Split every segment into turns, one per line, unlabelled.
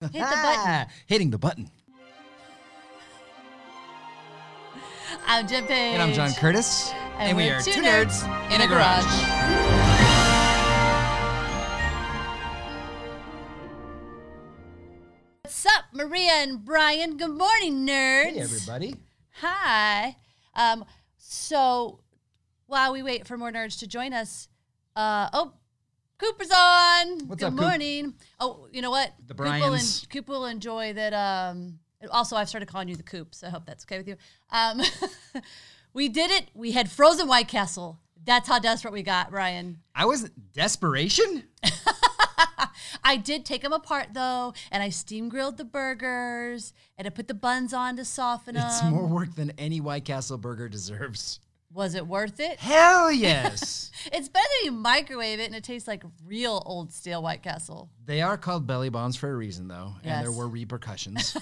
Hit the button.
Ah, Hitting the button.
I'm Jen Page.
And I'm John Curtis.
And we're two nerds in a garage. What's up, Maria and Brian? Good morning, nerds.
Hey, everybody.
Hi. Um, so while we wait for more nerds to join us, uh, oh, Cooper's on.
What's
Good
up, Coop?
morning. Oh, you know what?
The
Coop will,
Bryans.
Coop will enjoy that. Um, also, I've started calling you the Coop, so I hope that's okay with you. Um, we did it. We had frozen White Castle. That's how desperate we got, Ryan.
I was desperation.
I did take them apart though, and I steam grilled the burgers, and I put the buns on to soften them.
It's more work than any White Castle burger deserves.
Was it worth it?
Hell yes.
It's better than you microwave it and it tastes like real old stale White Castle.
they are called belly bombs for a reason, though, and there
Yes.
were repercussions.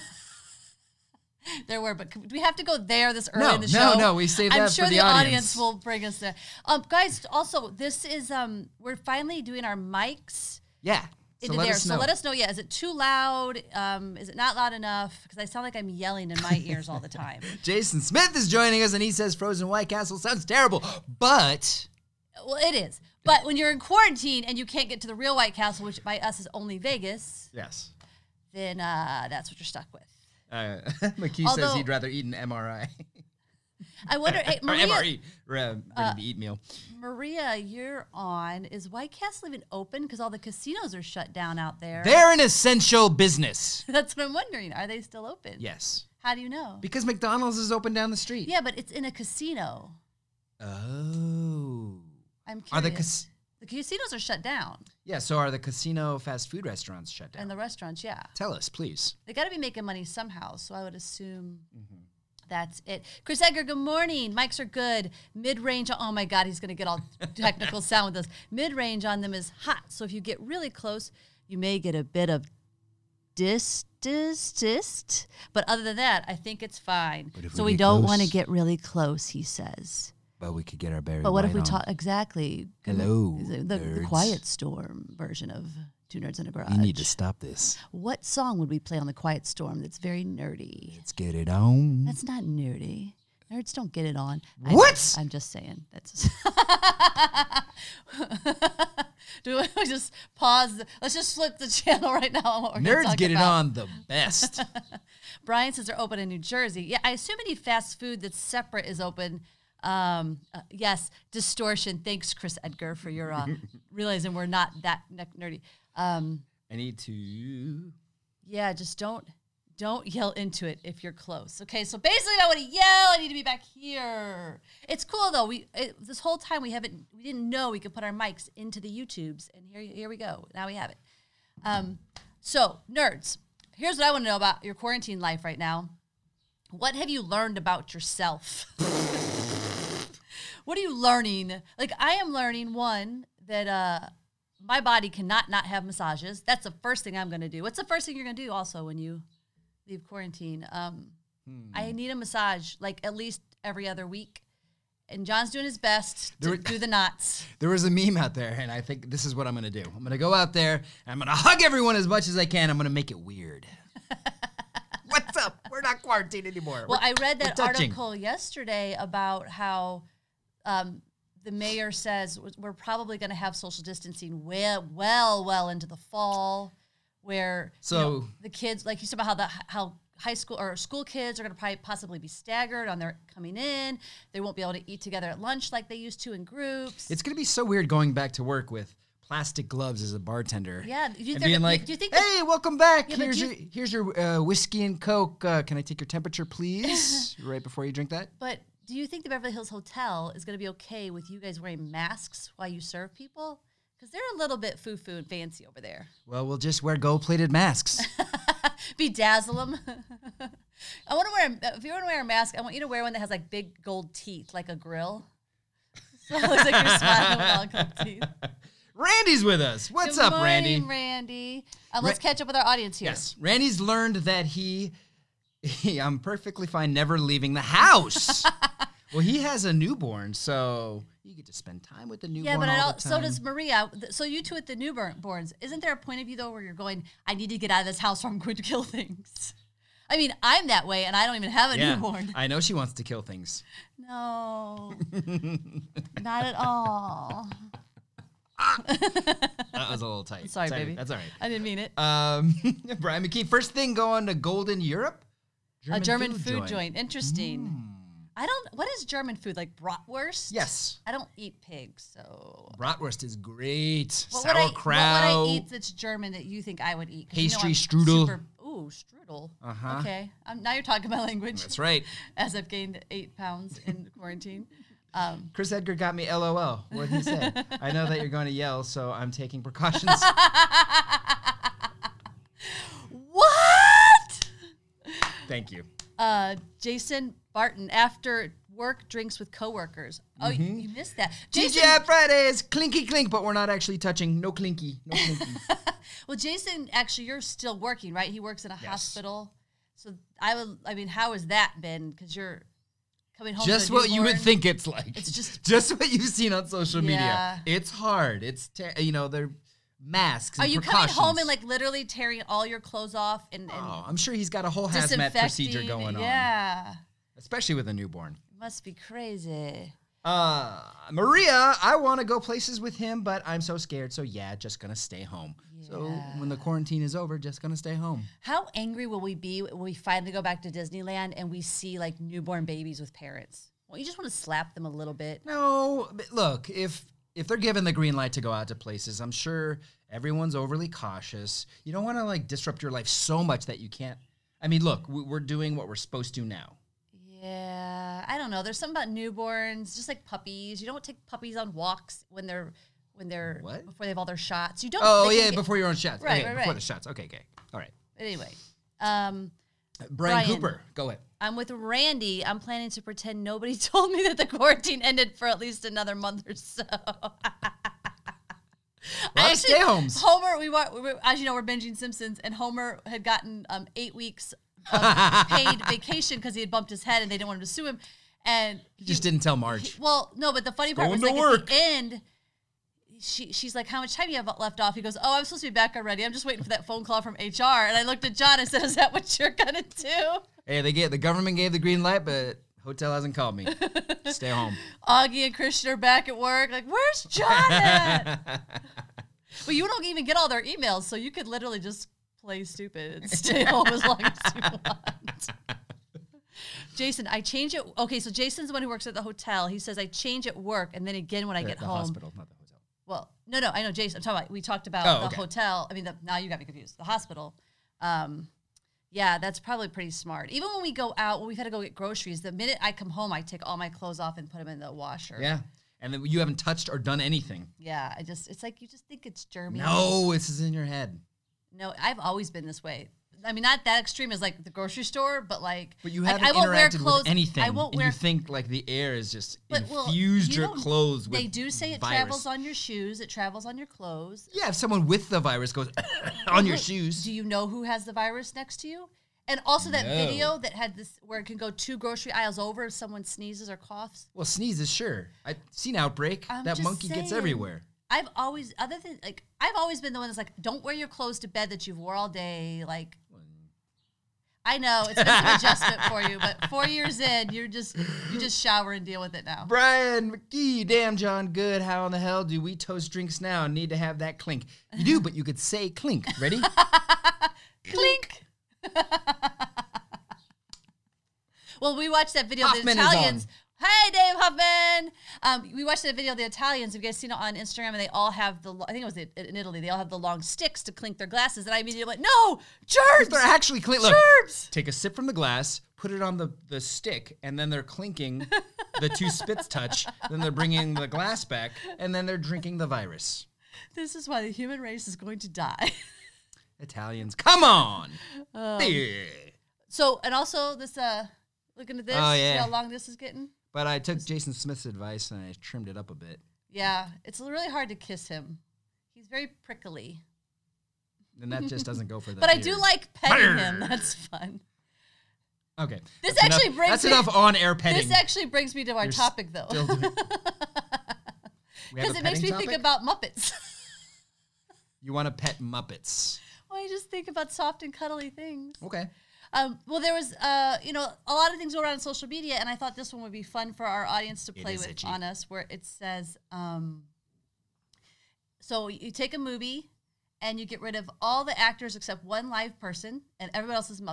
There were, but c- do we have to go there this early
No,
in the
no,
show?
no, we saved
I'm
that for
sure
the
audience.
audience.
will bring us there. Um, guys, also this is um, we're finally doing our mics
yeah.
into there. So let us know. Yeah, is it too loud? Um, is it not loud enough? Because I sound like I'm yelling in my ears all the time.
Jason Smith is joining us, and he says frozen White Castle sounds terrible, but
Well, it is. But when you're in quarantine and you can't get to the real White Castle, which by us is only Vegas,
yes.
then uh, that's what you're stuck with.
Uh, McKee says
Although-
he'd rather eat an MRI
I wonder, hey,
or E.
Maria, Uh,
MRE, rather than eat meal.
Maria, you're on. Is White Castle even open? Because all the casinos are shut down out there.
They're an essential business.
That's what I'm wondering. Are they still open?
Yes,
How do you know?
because McDonald's is open down the street.
yeah, but it's in a casino.
Oh.
I'm curious.
Are the cas-
the casinos are shut down,
Yeah, so are the casino fast food restaurants shut down?
and the restaurants, yeah.
Tell us, please.
They got to be making money somehow, so I would assume
Mm-hmm.
that's it. Chris Edgar, good morning. Mics are good. Mid range, oh my God, he's going to get all technical sound with us. Mid range on them is hot, so if you get really close, you may get a bit of dis, dis, dis. But other than that, I think it's fine.
But if
So
we
we
get
don't want to
close-
get really close, he says.
But we could get our berry.
But what if we talk exactly? Good-
Hello,
the, the- the
nerds.
Quiet Storm version of Two Nerds in a Garage.
stop this.
What song would we play on the Quiet Storm that's very nerdy?
Let's get it on.
That's not nerdy. Nerds don't get it on. I-
What?
I'm just saying. That's. Do we just pause? the- Let's just flip the channel right now. On what we're gonna
Nerds
talk
get it
about.
on the best.
Brian says they're open in New Jersey. Yeah, I assume any fast food that's separate is open. Um, uh, yes, distortion. Thanks, Chris Edgar, for your uh, realizing we're not that ne- nerdy. Um,
I need to.
yeah, just don't don't yell into it if you're close. Okay, so basically, if I want to yell. I need to be back here. It's cool though. We it, this whole time we haven't we didn't know we could put our mics into the YouTubes, and here here we go. Now we have it. Um, so nerds, here's what I want to know about your quarantine life right now. What have you learned about yourself? what are you learning? Like I am learning one that uh my body cannot not have massages. That's the first thing I'm going to do. What's the first thing you're going to do also when you leave quarantine? Um
Hmm.
I need a massage like at least every other week. And John's doing his best to
There-
do the knots.
There was a meme out there, and I think this is what I'm gonna do. I'm gonna go out there, and I'm gonna hug everyone as much as I can. I'm gonna make it weird. What's up? We're not quarantined anymore.
Well,
We're-
I read that
we're touching.
article yesterday about how um, the mayor says w- we're probably going to have social distancing well, well, well into the fall, where you know,
So-
the kids, like you said about how the how high school or school kids are going to probably possibly be staggered on their coming in. They won't be able to eat together at lunch like they used to in groups.
It's gonna be so weird going back to work with plastic gloves as a bartender.
Yeah, do you
and
think-
being
do-
like,
do you think that-
"Hey, welcome back.
Yeah, but
here's
do
your here's your uh, whiskey and coke. Uh, can I take your temperature, please? right before you drink that."
but do you think the Beverly Hills Hotel is going to be okay with you guys wearing masks while you serve people? Because they're a little bit foo foo and fancy over there.
Well, we'll just wear gold plated masks.
bedazzle them. I want to wear. A, if you want to wear a mask, I want you to wear one that has like big gold teeth, like a grill. So it looks like you're smiling with all gold teeth.
Randy's with us. What's
Good
up, Randy?
morning, Randy. Um, let's catch up with our audience here.
Yes, Randy's learned that he, he I'm perfectly fine never leaving the house. Well, he has a newborn, so you get to spend time with the newborn.
Yeah, but I
all
don't,
the
so
time.
does Maria. Th- So you two at the newborns, isn't there a point of view though where you're going, I need to get out of this house or I'm going to kill things? I mean, I'm that way and I don't even have a
Yeah,
newborn.
I know she wants to kill things.
No, not at all.
That was a little tight.
Sorry,
Sorry,
baby.
That's all right.
I didn't mean it.
Um, Brian McKee, first thing going to Golden Europe?
a German food, joint. Interesting.
Hmm.
I don't, what is German food? Like bratwurst?
Yes.
I don't eat pig, so.
Bratwurst is great.
What would, I, what would
Sauerkraut.
I eat that's German that you think I would eat? 'Cause you know
Pastry,
I'm
strudel.
super- ooh, strudel.
Uh-huh.
Okay. Um, now you're talking my language.
That's right.
as I've gained eight pounds in quarantine. Um,
Chris Edgar got me LOL. What he said. I know that you're going to yell, so I'm taking precautions.
what?
Thank you.
Uh, Jason Barton after work drinks with coworkers. Oh, you-
Mm-hmm.
you missed that. Jason,
TGI Fridays, clinky clink, but we're not actually touching. No clinky. No clinky.
well, Jason, actually, you're still working, right? He works in a hospital. So I would, I mean, how has that been? Because you're coming home. to a
just what you would
newborn.
think it's like.
It's just-
just what you've seen on social
Yeah.
media. It's hard. It's ter- you know they're masks.
Are
and
you coming home
precautions.
and like literally tearing all your clothes off and, and
Oh, I'm sure he's got a whole hazmat
disinfecting?
procedure going on,
Yeah,
especially with a newborn.
must be crazy.
Uh, Maria, I want to go places with him, but I'm so scared. So yeah, just gonna stay home. So when the quarantine is over, just gonna stay home.
How angry will we be when we finally go back to Disneyland and we see like newborn babies with parents? Well, you just want to slap them a little bit.
No, but look, if if they're given the green light to go out to places, I'm sure everyone's overly cautious. You don't want to like disrupt your life so much that you can't. I mean, look, we- we're doing what we're supposed to now.
Yeah, I don't know. There's something about newborns, just like puppies. You don't take puppies on walks when they're when they're
What?
before they've all their shots. You don't.
Oh
they can
yeah,
get-
before your own shots.
Right,
okay,
right,
Before
right.
the shots. Okay, okay. All right. Uh,
anyway, um,
Brian,
Brian.
Cooper, go ahead.
I'm with Randy. I'm planning to pretend nobody told me that the quarantine ended for at least another month or so.
Well, stay homes.
Homer, we were, we were- as you know, we're binging Simpsons, and Homer had gotten um, eight weeks of paid vacation because he had bumped his head, and they didn't want him to sue him. And
You just didn't tell Marge.
well, no, but the funny part
going
was
to
like at
work.
the end, she she's like, "How much time you have left off?" He goes, "Oh, I'm supposed to be back already. I'm just waiting for that phone call from HR." And I looked at John and said, "Is that what you're gonna do?"
Hey, they get the government gave the green light, but hotel hasn't called me. Stay home.
Augie and Christian are back at work. Like, where's John at? well, you don't even get all their emails, so you could literally just play stupid and stay home as long as you want. Jason, I change it. Okay, so Jason's the one who works at the hotel. He says I change at work, and then again when I get
the
home.
hospital, not the hotel.
Well, no, no, I know Jason. I'm talking about. We talked about
Oh,
the
okay.
hotel. I mean, the, now you got me confused. The hospital. Um, yeah, that's probably pretty smart. Even when we go out, when we've had to go get groceries, the minute I come home, I take all my clothes off and put them in the washer.
Yeah, and then you haven't touched or done anything.
Yeah, I just it's like you just think it's germy.
No, this is in your head.
No, I've always been this way. I mean, not that extreme as like the grocery store, but like
But you
like,
haven't
I won't wear
interacted
clothes.
with anything.
I won't
and
wear.
you think like the air is just
But, well,
infused
you
your
know,
clothes with
they do say it travels on your shoes. It travels on your clothes.
Yeah, if someone with the virus goes on your
Look,
shoes.
Do you know who has the virus next to you? And also that
No.
video that had this where it can go two grocery aisles over if someone sneezes or coughs.
well, sneezes, sure. I've seen outbreak.
I'm
that
just
monkey gets
saying.
everywhere.
I've always other than like I've always been the one that's like, don't wear your clothes to bed that you've wore all day. Like I know it's been some adjustment for you, but four years in, you're just you just shower and deal with it now.
Brian McGee, damn John Good, how in the hell do we toast drinks now? Need to have that clink. You do, but you could say clink. Ready?
Clink. well, we watched that video of the
Hoffman is on.
Italians. Hey, Dave Hoffman. Um, we watched that video of the Italians. Have you guys seen it on Instagram? And they all have the, lo- I think it was in in Italy, they all have the long sticks to clink their glasses. And I immediately went, no,
If
germs,
they're actually clink. Look,
germs.
take a sip from the glass, put it on the, the stick, and then they're clinking. the two spits touch. Then they're bringing the glass back, and then they're drinking the virus.
This is why the human race is going to die.
Italians, come on!
Um,
Yeah.
so, and also this, uh, looking at this,
Oh,
see
yeah.
how long this is getting?
But I took Jason Smith's advice and I trimmed it up a bit.
Yeah, it's really hard to kiss him. He's very prickly.
And that just doesn't go for that.
But I do like petting him. That's fun.
Okay.
This
That's
actually
enough,
brings
That's
me-
enough on-air petting.
This actually brings me to our
You're
topic, though,
Still doing- We have
because
a
it makes
petting
me
topic?
think about Muppets.
You want to pet Muppets?
well, I just think about soft and cuddly things.
Okay.
Um, well, there was, uh, you know, a lot of things going on on social media, and I thought this one would be fun for our audience to
It
play
is
with
itchy.
on us, where it says, um, so you take a movie and you get rid of all the actors except one live person, and everybody else is Muppets.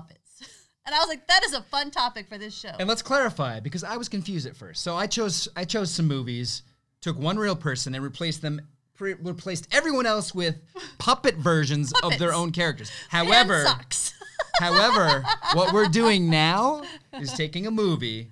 and I was like, that is a fun topic for this show.
And let's clarify because I was confused at first. So I chose I chose some movies, took one real person and replaced them pre- replaced everyone else with puppet versions of their
Puppets.
own characters.
Pan
However,
sucks.
however, what we're doing now is taking a movie,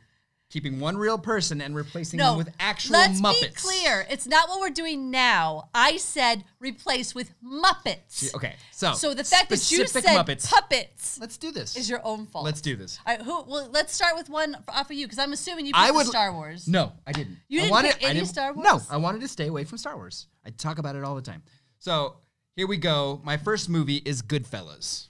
keeping one real person and replacing them with actual
let's
Muppets.
be clear. It's not what we're doing now. I said replace with Muppets.
Okay. So
So the fact that you said
specific Muppets.
puppets
let's do this.
is your own fault.
Let's do this.
All right, who? Well, let's start with one f- off of you because I'm assuming you picked
I
the
would-
Star Wars.
No, I didn't.
You
I
didn't
wanted-
pick any Star Wars?
No, I wanted to stay away from Star Wars. I talk about it all the time. So here we go. My first movie is Goodfellas.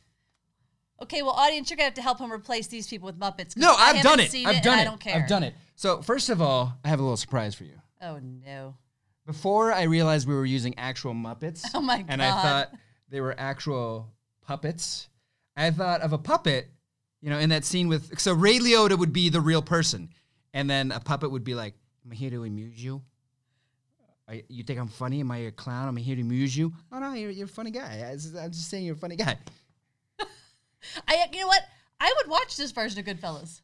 Okay, well, audience, you're gonna have to help him replace these people with Muppets. 'cause
No, I've
haven't
done it.
seen
I've
and
done it.
I don't care.
I've done it. So first of all, I have a little surprise for you.
Oh no.
Before I realized we were using actual Muppets,
Oh, my
and I
God.
thought they were actual puppets. I thought of a puppet, you know, in that scene with so Ray Liotta would be the real person, and then a puppet would be like, "I'm here to amuse you. I, you think I'm funny? Am I a clown? I'm here to amuse you. Oh no, you're, you're a funny guy. I was- I'm just saying you're a funny guy."
I. uh, You know what? I would watch this version of Goodfellas.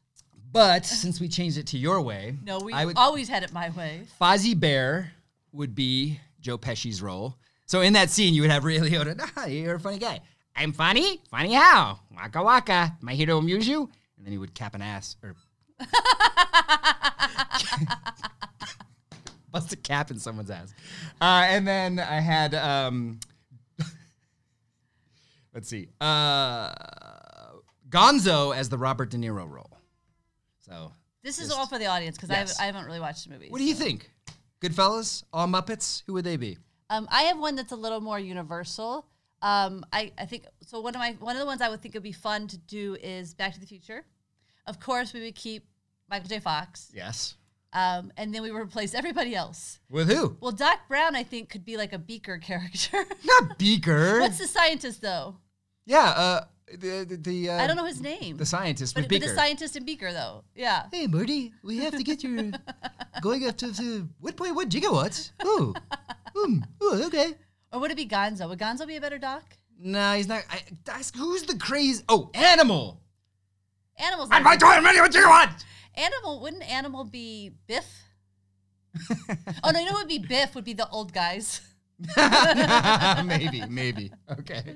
But since we changed it to your way,
No, we
I would,
always had it my way.
Fozzie Bear would be Joe Pesci's role. So in that scene, you would have Ray Liotta. Nah, you're a funny guy. I'm funny. Funny how? Waka waka. Am I here to amuse you? And then he would cap an ass or bust a cap in someone's ass. Uh, and then I had. Um, let's see. Uh, Gonzo as the Robert De Niro role. So
This is all for the audience because
Yes.
I, haven't really watched the movies.
what do you think? Goodfellas? All Muppets? Who would they be?
Um, I have one that's a little more universal. Um, I, I think so. One of my one of the ones I would think would be fun to do is Back to the Future. Of course, we would keep Michael J. Fox,
Yes.
um, and then we would replace everybody else.
With who?
Well, Doc Brown, I think, could be like a Beaker character.
Not Beaker.
What's the scientist though?
yeah, uh, the the, the uh,
I don't know his name.
the scientist
but,
with
but
Beaker.
the scientist and Beaker though, yeah.
hey, Marty, we have to get your going up to the what point what gigawatts? Ooh, mm, ooh, okay.
Or would it be Gonzo? Would Gonzo be a better Doc?
No, he's not. I, that's, who's the crazy? Oh, animal.
Animals.
I'm not
not-
doing many what gigawatts.
Animal wouldn't animal be Biff? oh no, you know what would be Biff would be the old guys.
maybe, maybe. Okay.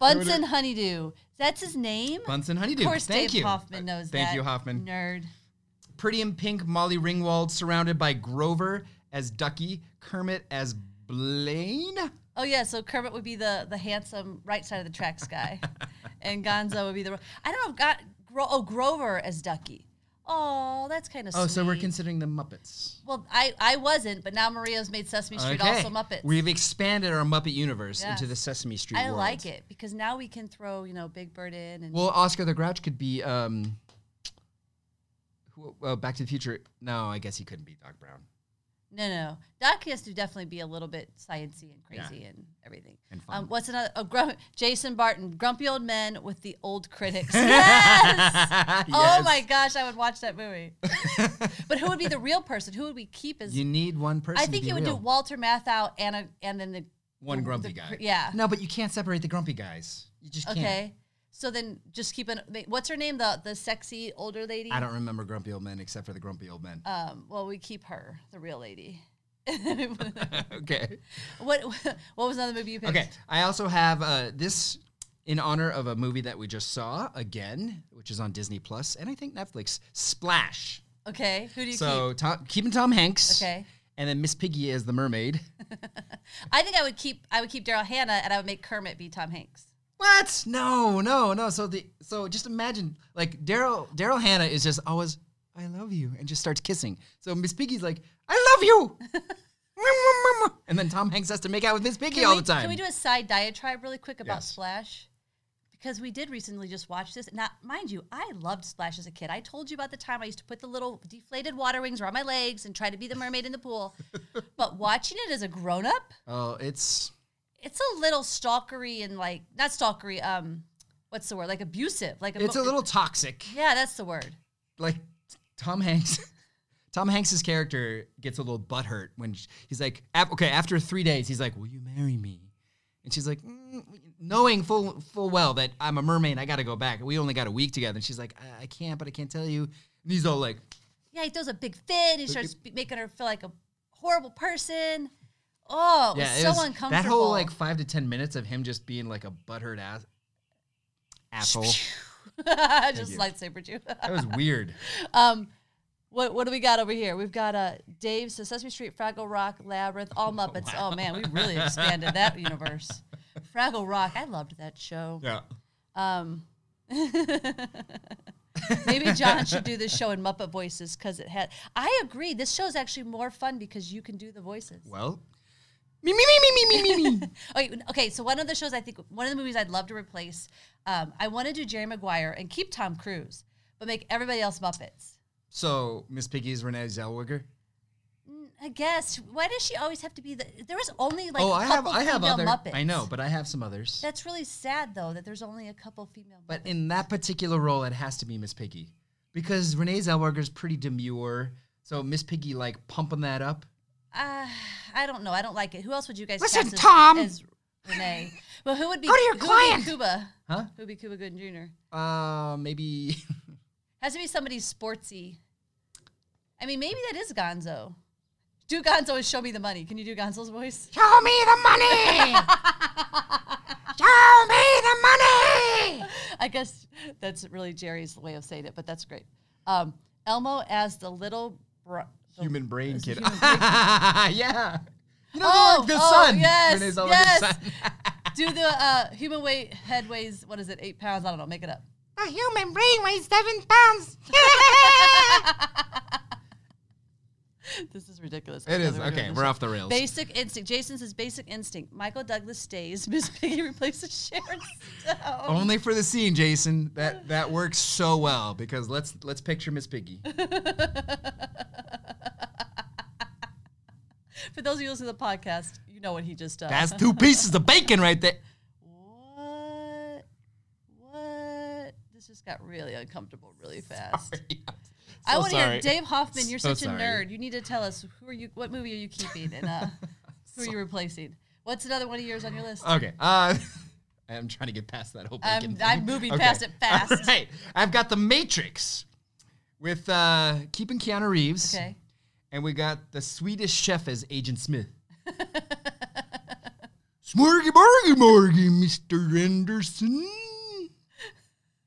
Bunsen Honeydew. That's his name?
Bunsen Honeydew.
Of course
Thank
Dave
you. Uh,
Hoffman knows that.
Thank you, Hoffman.
Nerd.
Pretty in Pink, Molly Ringwald, surrounded by Grover as Ducky, Kermit as Blaine.
Oh yeah, so Kermit would be the the handsome right side of the tracks guy. and Gonzo would be the I don't know, got Gro- oh Grover as Ducky. Oh, that's kind of
Oh, so we're considering the Muppets.
Well, I, I wasn't, but now Maria's made Sesame Street also Muppets.
We've expanded our Muppet universe
Yes.
into the Sesame Street
I
world.
like it because now we can throw, you know, Big Bird in and
Well, Oscar the Grouch could be um, who- well, Back to the Future. No, I guess he couldn't be Doc Brown
No, no. Doc has to definitely be a little bit sciencey and crazy and everything.
and fun.
Um, what's another? Oh, Grum- Jason Barton, grumpy old men with the old critics. Yes! Oh
Yes.
my gosh, I would watch that movie. but who would be the real person? Who would we keep as?
You need one person.
I
to
think
be
you would
real.
do Walter Matthau and a, and then the
one
the-
grumpy
the
guy.
cr- yeah.
No, but you can't separate the grumpy guys. You just can't.
okay. So then just keep an. ma- What's her name? The the sexy older lady.
I don't remember grumpy old men except for the grumpy old men.
Um, well, we keep her, the real lady.
okay.
what what was another movie you picked?
Okay. I also have uh, this in honor of a movie that we just saw again, which is on Disney Plus and I think Netflix. Splash.
Okay. Who do you keep?
So Tom, keeping Tom Hanks.
Okay.
And then Miss Piggy as the mermaid.
I think I would keep I would keep Daryl Hannah and I would make Kermit be Tom Hanks.
What? No, no, no. So the so just imagine like Daryl Daryl Hannah is just always I love you and just starts kissing. So Miss Piggy's like I love you. and then Tom Hanks has to make out with Miss Piggy
Can
all
we-
the time.
Can we do a side diatribe really quick about
Yes.
Splash? because we did recently just watch this. Now, mind you, I loved Splash as a kid. I told you about the time I used to put the little deflated water wings around my legs and try to be the mermaid in the pool. but watching it as a grown up,
Oh, it's
it's a little stalkery and like not stalkery. Um, what's the word? Like abusive. Like
it's a
emo-
little toxic.
Yeah, that's the word.
Like Tom Hanks. Tom Hanks's character gets a little butthurt when sh- he's like, af- okay, after three days, he's like, will you marry me? And she's like, mm, knowing full full well that I'm a mermaid, I got to go back. We only got a week together. And she's like, I, I can't, but I can't tell you. And he's all like,
Yeah, he throws a big fit. He starts be- making her feel like a horrible person. Oh, it
yeah,
was
it
so
was-
uncomfortable.
That whole like five to ten minutes of him just being like a butthurt ass asshole.
just
you.
lightsabered you.
that was weird.
Um, what what do we got over here? We've got uh Dave, so Sesame Street, Fraggle Rock, Labyrinth, all Muppets. Oh man, we really expanded that universe. Fraggle Rock, I loved that show.
Yeah.
Um, maybe John should do this show in Muppet voices because it had. I agree. This show is actually more fun because you can do the voices.
Well, me me me me me me me me.
Okay, okay, so one of the shows I think one of the movies I'd love to replace. Um, I want to do Jerry Maguire and keep Tom Cruise, but make everybody else Muppets.
So Miss Piggy's Renee Zellweger.
I guess. Why does she always have to be the? There was only like
oh,
a
I have
couple
I have
female
other
Muppets.
I know, but I have some others.
that's really sad though that there's only a couple female.
but in that particular role, it has to be Miss Piggy because Renee Zellweger's pretty demure. So Miss Piggy like pumping that up.
Uh, I don't know. I don't like it. Who else would you guys
Listen,
cast as-
Tom!
As Renee. Well, who would be?
Go to your
who would be
client!
Cuba.
Huh?
Who would be Cuba Gooden Jr.
Uh, maybe
Has to be somebody sportsy. I mean, maybe that is Gonzo. Do Gonzo is show me the money. Can you do Gonzo's voice?
show me the money. show me the money.
I guess that's really Jerry's way of saying it, but that's great. Um, Elmo as the little bro- the
Human brain kid.
human
yeah. You know,
Oh,
the, the
oh,
son.
yes,
Renee Zellweger's
yes.
son.
Do the uh, human weight head weighs what is it? Eight pounds? I don't know. Make it up.
A human brain weighs seven pounds.
This is ridiculous. I
it
can't
is.
believe doing
Okay,
this
we're
shit.
off the rails.
Basic instinct. Jason says basic instinct. Michael Douglas stays. Miss Piggy replaces Sharon Stone.
Only for the scene, Jason. That that works so well because let's let's picture Miss Piggy.
For those of you listening to the podcast, you know what he just does.
That's two pieces of bacon right there.
what? What? This just got really uncomfortable really fast. I
So
want to hear
sorry.
Dave Hoffman. You're
So
such
sorry.
a nerd. You need to tell us who are you? What movie are you keeping and uh, who are you replacing? What's another one of yours on your list?
Okay. Uh, I'm trying to get past that whole bacon.
I'm,
thing.
Um, I'm moving
Okay.
past it fast.
All right. I've got the Matrix with uh, keeping Keanu Reeves,
Okay.
and we got the Swedish chef as Agent Smith. Smorgy morgy morgy, Mr. Anderson.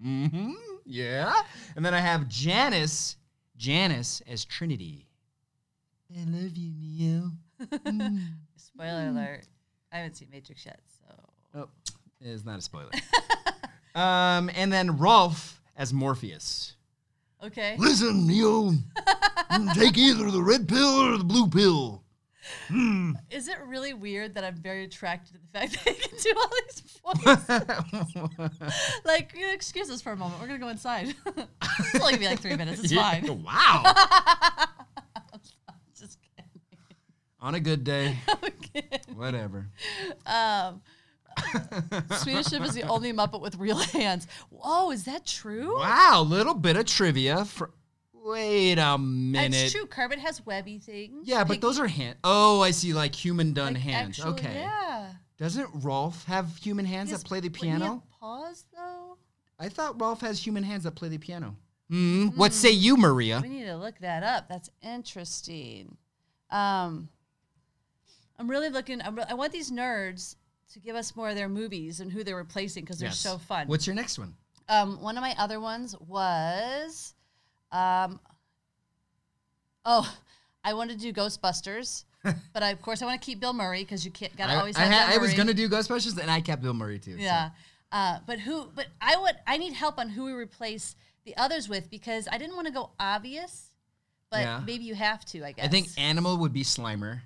Mm-hmm. Yeah. And then I have Janice, Janice as Trinity. I love you, Neo.
Spoiler
hmm.
alert. I haven't seen Matrix yet, so
Oh, it's not a spoiler. um, and then Rolf as Morpheus.
okay.
Listen, Neo, take either the red pill or the blue pill.
Is it really weird that I'm very attracted to the fact that I can do all these voices? like, you know, excuse us for a moment. We're gonna go inside. it's only gonna be like three minutes. It's fine.
Wow.
Just kidding.
On a good day,
Okay.
whatever.
Um, Swedish Chef is the only Muppet with real hands. Oh, is that true?
Wow, little bit of trivia. Fr Wait a minute.
That's true. Kermit has webby things.
Yeah, but
Like-
those are hand. Oh, I see, like human done
like
hands.
actual-
okay.
Yeah.
Doesn't Rolf have human hands
His-
that play the
wouldn't he have
piano?
Paws though.
I thought Rolf has human hands that play the piano. Mm,
Hmm.
What say you, Maria?
We need to look that up. That's interesting. Um, I'm really looking. I'm re- I want these nerds to give us more of their movies and who they're replacing because they're
Yes.
so fun.
What's your next one?
um, one of my other ones was, um, oh, I wanted to do Ghostbusters, but I, of course I want to keep Bill Murray because you can't. Gotta
I,
always
I,
have
ha-
Bill
I was
Murray.
gonna do Ghostbusters, and I kept Bill Murray too. so.
Yeah. Uh, but who? But I would. I need help on who we replace the others with because I didn't want to go obvious. But
Yeah.
maybe you have to. I guess.
I think Animal would be Slimer.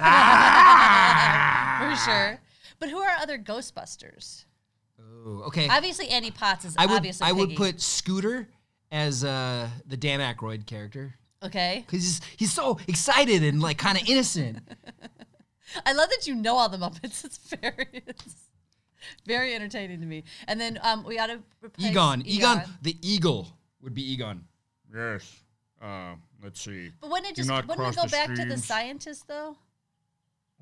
Ah.
for sure. But who are other Ghostbusters?
Ooh, okay.
Obviously, Annie Potts is
I would
obviously.
I would
Piggy.
put Scooter as uh, the Dan Aykroyd character
Okay.
because he's he's so excited and like kind of innocent.
I love that you know all the Muppets. It's very, it's very entertaining to me. And then um, we ought to replace
Egon, Egon, the eagle would be Egon.
Yes. Uh, let's see.
But wouldn't it
Do
just
not
wouldn't it
cross
go
the
back to the
streams.
scientist though?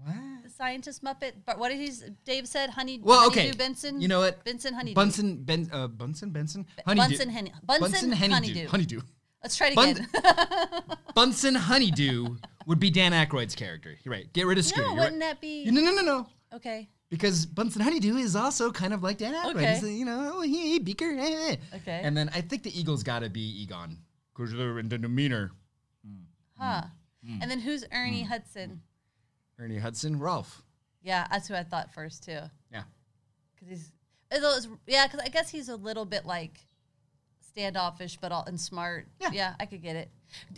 What?
The scientist Muppet. But what did he's Dave said? Honey.
Well,
Honeydew
okay.
Benson.
You know what?
Benson Honeydew.
Bunsen Ben uh, Bunsen Benson Honeydew.
Bunsen Honey. Bunsen,
Bunsen Honeydew.
Honeydew.
Honeydew.
Let's try it
Bun-
again.
Bunsen Honeydew would be Dan Aykroyd's character. You're right. Get rid of Scooter.
no,
You're
wouldn't
right.
that be
No, no, no, no.
okay?
Because Bunsen Honeydew is also kind of like Dan Aykroyd.
Okay.
He's, uh, you know, oh, he, he beaker. eh, eh.
Okay.
And then I think the eagle's got to be Egon.
Because they're in the demeanor.
Huh.
Mm.
And then who's Ernie Hudson?
Ernie Hudson, Rolf.
Yeah, that's who I thought first too.
Yeah.
Because he's although it's, yeah, because I guess he's a little bit like standoffish, but all and smart.
Yeah.
I could get it.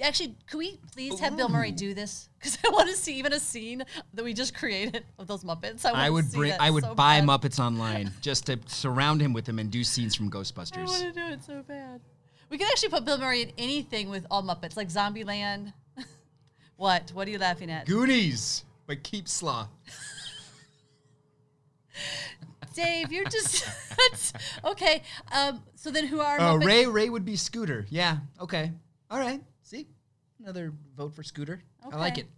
Actually, could we please have Bill Murray do this? Because I want to see even a scene that we just created of those Muppets. I,
I
wanna
would
see
bring.
that
I would
so
buy
bad.
Muppets online just to surround him with them and do scenes from
I
Ghostbusters.
want to do it so bad. We could actually put Bill Murray in anything with all Muppets, like Zombieland. what? What are you laughing at?
Goonies, but keep slaw.
Dave, you're just that's- okay. Um, so then, who are
Uh,
Muppets?
Ray, Ray would be Scooter. Yeah. Okay. All right. See, another vote for Scooter. I like
Okay.
it.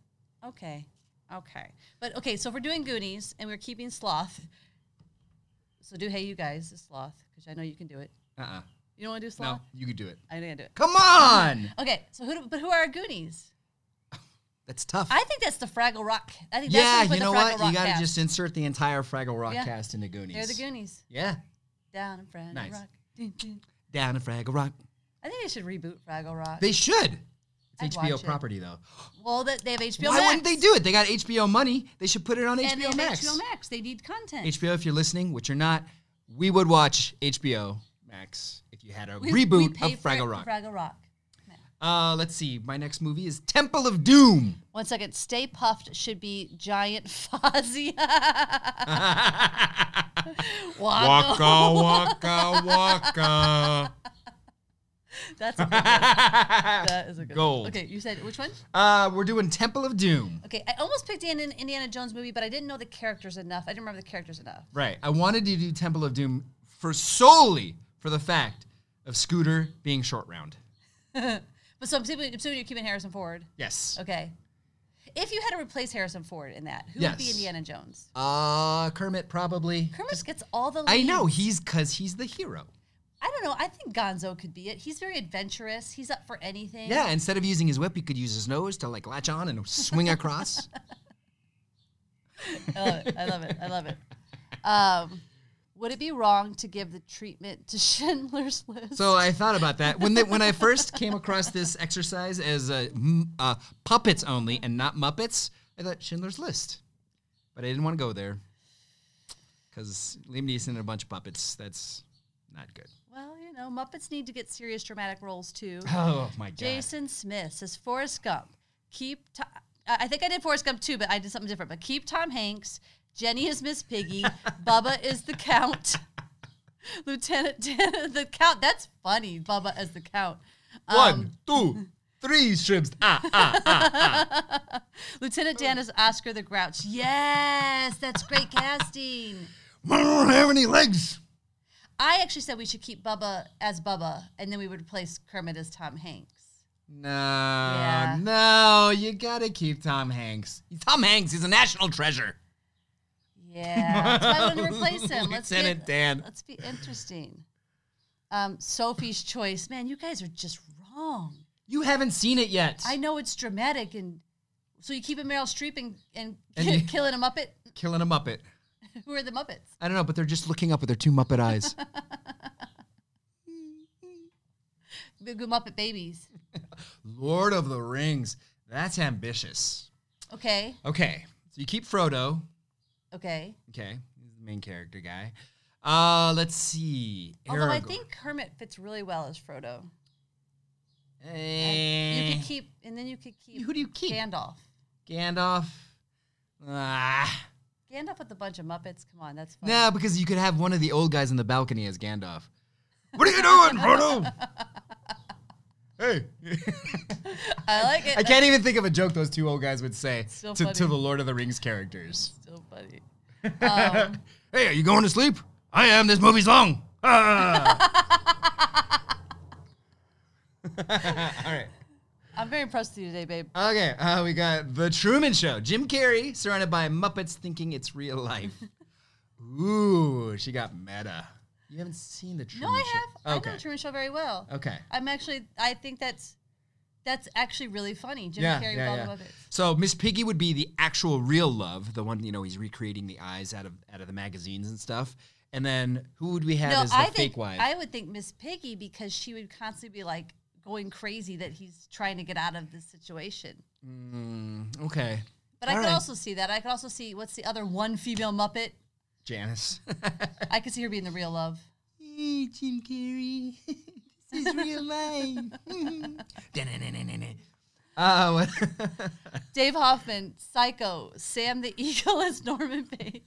Okay, okay, but okay. So if we're doing Goonies and we're keeping Sloth, so do hey you guys is Sloth because I know you can do it.
Uh. uh
You don't want to do Sloth?
No, you could do it.
I know you can do it.
Come on.
Okay, so who? Do, but who are our Goonies?
That's tough.
I think that's the Fraggle Rock. I think
yeah,
that's where
you know
put the Fraggle
what? You
Rock
got to
cast.
just insert the entire Fraggle Rock
Yeah.
cast into Goonies.
They're the Goonies
Yeah.
down in Fraggle
Nice.
Rock. Dun, dun.
Down in Fraggle Rock.
I think they should reboot Fraggle Rock.
They should. It's
I'd
HBO
watch it.
property though.
well, that they have HBO.
Why
Max.
wouldn't they do it? They got HBO money. They should put it on
And they
HBO
have
Max.
HBO Max. They need content.
HBO, if you're listening, which you're not, we would watch HBO Max if you had a
We- we
reboot
pay
of
for
Fraggle Rock.
Fraggle Rock.
Uh, let's see. My next movie is Temple of Doom.
One second. Stay puffed should be giant Fozzie. Wacko.
Waka, waka, waka.
That's a good one. That is a good
Gold.
One. Okay, you said which one?
Uh, we're doing Temple of Doom.
Okay, I almost picked an an Indiana Jones movie, but I didn't know the characters enough. I didn't remember the characters enough.
Right. I wanted to do Temple of Doom for solely for the fact of Scooter being short round.
But so I'm assuming, I'm assuming you're keeping Harrison Ford.
Yes.
Okay. If you had to replace Harrison Ford in that, who would be
Yes.
Indiana Jones?
Uh, Kermit probably.
Kermit gets all the.
I
leads.
know he's because he's the hero.
I don't know. I think Gonzo could be it. He's very adventurous. He's up for anything.
Yeah. Instead of using his whip, he could use his nose to like latch on and swing across.
I love it. I love it. I love it. Um, would it be wrong to give the treatment to Schindler's List?
So I thought about that when the, when I first came across this exercise as uh, m- uh, puppets only and not Muppets. I thought Schindler's List, but I didn't want to go there because Liam Neeson and a bunch of puppets. That's not good.
well, you know, Muppets need to get serious dramatic roles too.
Oh my god!
Jason Smith says Forrest Gump. Keep. To- I I think I did Forrest Gump too, but I did something different. But keep Tom Hanks. Jenny is Miss Piggy. Bubba is the Count. Lieutenant Dan is the Count. That's funny. Bubba as the Count.
One, two, three shrimps. Ah, ah, ah.
Lieutenant Dan
Oh.
is Oscar the Grouch. Yes, that's great casting.
I don't have any legs.
I actually said we should keep Bubba as Bubba, and then we would replace Kermit as Tom Hanks.
No, no, you gotta keep Tom Hanks. Tom Hanks is a national treasure.
Yeah, that's why I wanted to replace him. Let's
Lieutenant
get,
Dan.
Let's be interesting. Um, Sophie's Choice. Man, you guys are just wrong.
You haven't seen it yet.
I know it's dramatic, and so you keep a Meryl Streep and, and,
And you-
killing a Muppet.
Killing a Muppet.
Who are the Muppets?
I don't know, but they're just looking up with their two Muppet eyes.
The good Muppet Babies.
Lord of the Rings. That's ambitious.
Okay,
Okay. So you keep Frodo.
okay.
Okay. He's the main character guy. Uh, let's see.
Although I
Aragorn.
think Kermit fits really well as Frodo.
Eh,
You could keep, and then you could keep
Who do you keep?
Gandalf.
Gandalf. Ah.
Gandalf with a bunch of Muppets. Come on, that's fun.
Nah, because you could have one of the old guys in the balcony as Gandalf. What are you doing, Frodo?
Hey,
I like it.
I can't even think of a joke those two old guys would say
So
to,
funny.
to the Lord of the Rings characters.
That's so funny.
Hey, are you going to sleep? I am. This movie's long. Ah. All right.
I'm very impressed with you today, babe.
Okay, uh, we got The Truman Show. Jim Carrey surrounded by Muppets thinking it's real life. Ooh, she got meta. You haven't seen The
No,
Truman
I
Show.
have.
Okay.
I know Truman Show very well.
Okay.
I'm actually. I think that's that's actually really funny. Jim
Yeah,
Carrey
yeah,
with all
yeah.
the Muppets.
So Miss Piggy would be the actual real love, the one you know he's recreating the eyes out of out of the magazines and stuff. And then who would we have
No,
as the
I
fake
think
wife?
I would think Miss Piggy because she would constantly be like going crazy that he's trying to get out of this situation.
Mm, okay.
But I
All
could
right.
also see that. I could also see what's the other one female Muppet.
Janice.
I could see her being the real love.
hey, Jim Carrey. this is real life. uh, what-
Dave Hoffman, Psycho, Sam the Eagle as Norman Bates.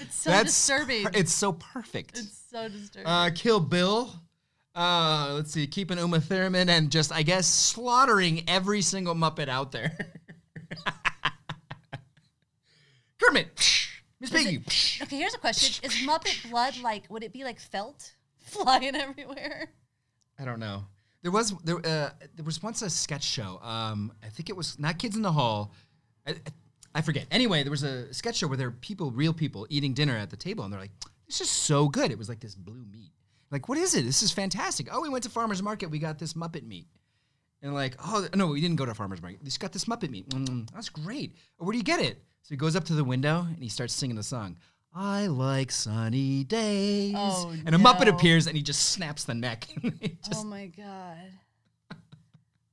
It's so disturbing.
per- it's so perfect.
It's so disturbing.
uh, Kill Bill. Uh, let's see, keeping Uma Thurman and just I guess slaughtering every single Muppet out there. Kermit, Miss Piggy.
okay, here's a question: Is Muppet blood like? Would it be like felt flying everywhere?
I don't know. There was there uh, there was once a sketch show. Um, I think it was not Kids in the Hall. I, I- I forget. Anyway, there was a sketch show where there were people, real people, eating dinner at the table, and they're like, "This is so good." It was like this blue meat. Like, what is it? This is fantastic. Oh, we went to farmers market. We got this Muppet meat. And like, oh no, we didn't go to a farmer's market. We just got this Muppet meat. Mm, that's great. Where do you get it? So he goes up to the window and he starts singing the song. I like sunny days.
Oh,
and a Muppet
no.
appears and he just snaps the neck. He just-
oh my god,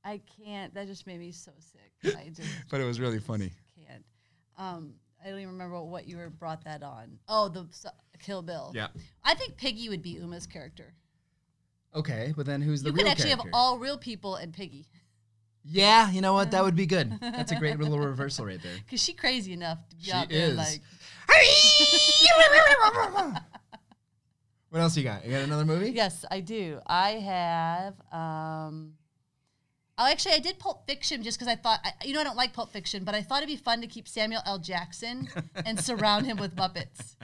I can't. That just made me so sick. I just
Oh. But it was really funny.
can't. Um, I don't even remember what you were brought that on. Oh, the s- Kill Bill.
Yeah.
I think Piggy would be Uma's character.
Okay, but then who's the
you
real
could actually
character?
have all real people and Piggy.
yeah, you know what? That would be good. That's a great little reversal right there.
Cause she crazy enough to be
She
out there
is.
like
what else you got? You got another movie?
Yes, I do. I have um Oh actually I did Pulp Fiction just because I thought I, you know I don't like Pulp Fiction, but I thought it'd be fun to keep Samuel L. Jackson and surround him with Muppets.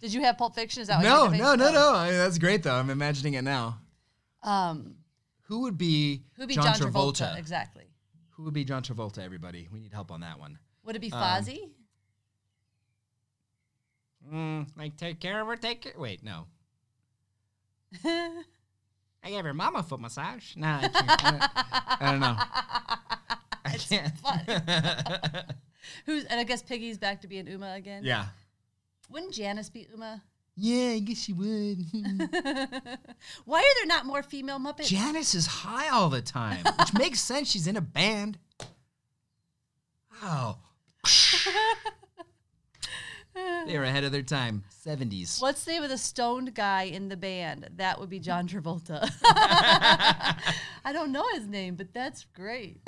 Did you have Pulp Fiction? Is that what you
No,
had to
no, no,
face?
no. I mean, that's great though. I'm imagining it now.
Oh. Um
Who would be,
who'd be
John,
John,
Travolta?
Travolta? Exactly.
Who would be John Travolta? Everybody, we need help on that one.
Would it be Fozzie?
Mm. like take care of her, take care. Wait, no. I gave her mama a foot massage. Nah, I can't. I don't, I don't know. I can't.
Who's and I guess Piggy's back to being Uma again.
yeah.
Wouldn't Janice be Uma?
Yeah, I guess you would.
Why are there not more female Muppets?
Janice is high all the time, which makes sense. She's in a band. Oh. they were ahead of their time. 70s.
What's the name of the stoned guy in the band? That would be John Travolta. I don't know his name, but that's great.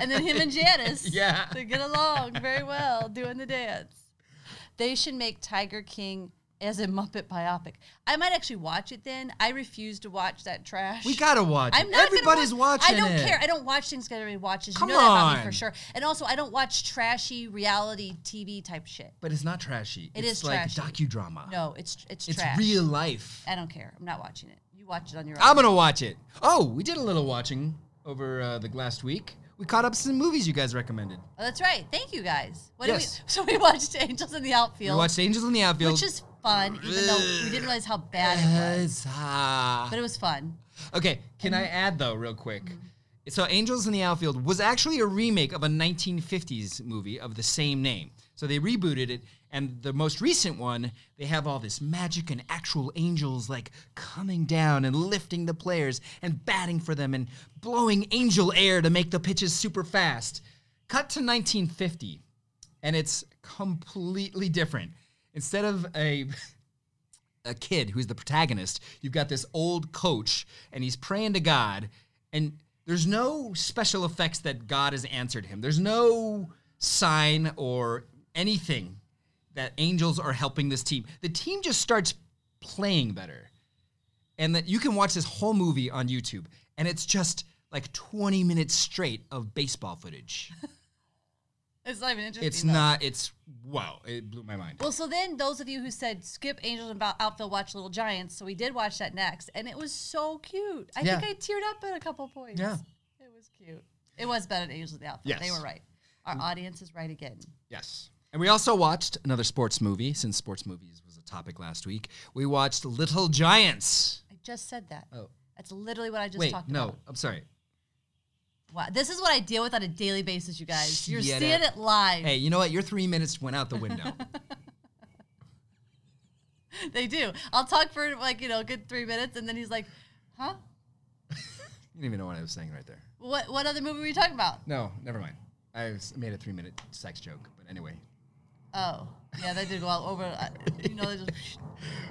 and then him and Janice.
Yeah.
They get along very well doing the dance. They should make Tiger King as a Muppet biopic. I might actually watch it then. I refuse to watch that trash.
We gotta watch.
I'm
it.
not gonna
Everybody's
watch-
watching
I don't
it.
care. I don't watch things that everybody watches.
Come
you know that about me
on.
for sure. And also, I don't watch trashy reality TV type shit.
But it's not trashy.
It
it's
is
like
trashy.
docudrama.
No, it's it's,
it's
trash.
real life.
I don't care. I'm not watching it. You watch it on your own.
I'm gonna watch it. Oh, we did a little watching over uh, the last week. We caught up some movies you guys recommended.
Oh, that's right. Thank you guys. What did
Yes.
we, so we watched Angels in the
We
Outfield,
watched Angels in the Outfield.
which is fun, even though we didn't realize how bad it was.
Huzzah.
But it was fun.
Okay, can I add though, real quick? So, Angels in the Outfield was actually a remake of a 1950s movie of the same name. So they rebooted it, and the most recent one, they have all this magic and actual angels like coming down and lifting the players and batting for them and blowing angel air to make the pitches super fast. Cut to 1950, and it's completely different. Instead of a a kid who's the protagonist. You've got this old coach, and he's praying to God, and there's no special effects that God has answered him. There's no sign or anything that angels are helping this team. The team just starts playing better. And that you can watch this whole movie on YouTube and it's just like 20 minutes straight of baseball footage.
It's not even interesting.
It's
though.
not it's wow, it blew my mind.
Well, so then those of you who said skip Angels and Bou- Outfield, watch Little Giants, so we did watch that next, and it was so cute. I
Yeah.
think I teared up at a couple points.
Yeah.
it was cute. It was better than Angels of the Outfield. They
Yes.
were right. Our audience is right again.
Yes. And we also watched another sports movie since sports movies was a topic last week. We watched Little Giants.
I just said that.
Oh.
That's literally what I just
Wait,
talked
no,
about.
I'm sorry.
Wow. This is what I deal with on a daily basis, you guys. You're
Shit.
seeing it live.
Hey, you know what? Your 3 minutes went out the window.
They do. I'll talk for like, you know, a good three minutes, and then he's like, huh?
You didn't even know what I was saying right there.
What, what other movie were you talking about?
No, never mind. I s- made a three minute sex joke, but anyway.
Oh, yeah, that did go all over. I- You know, they just.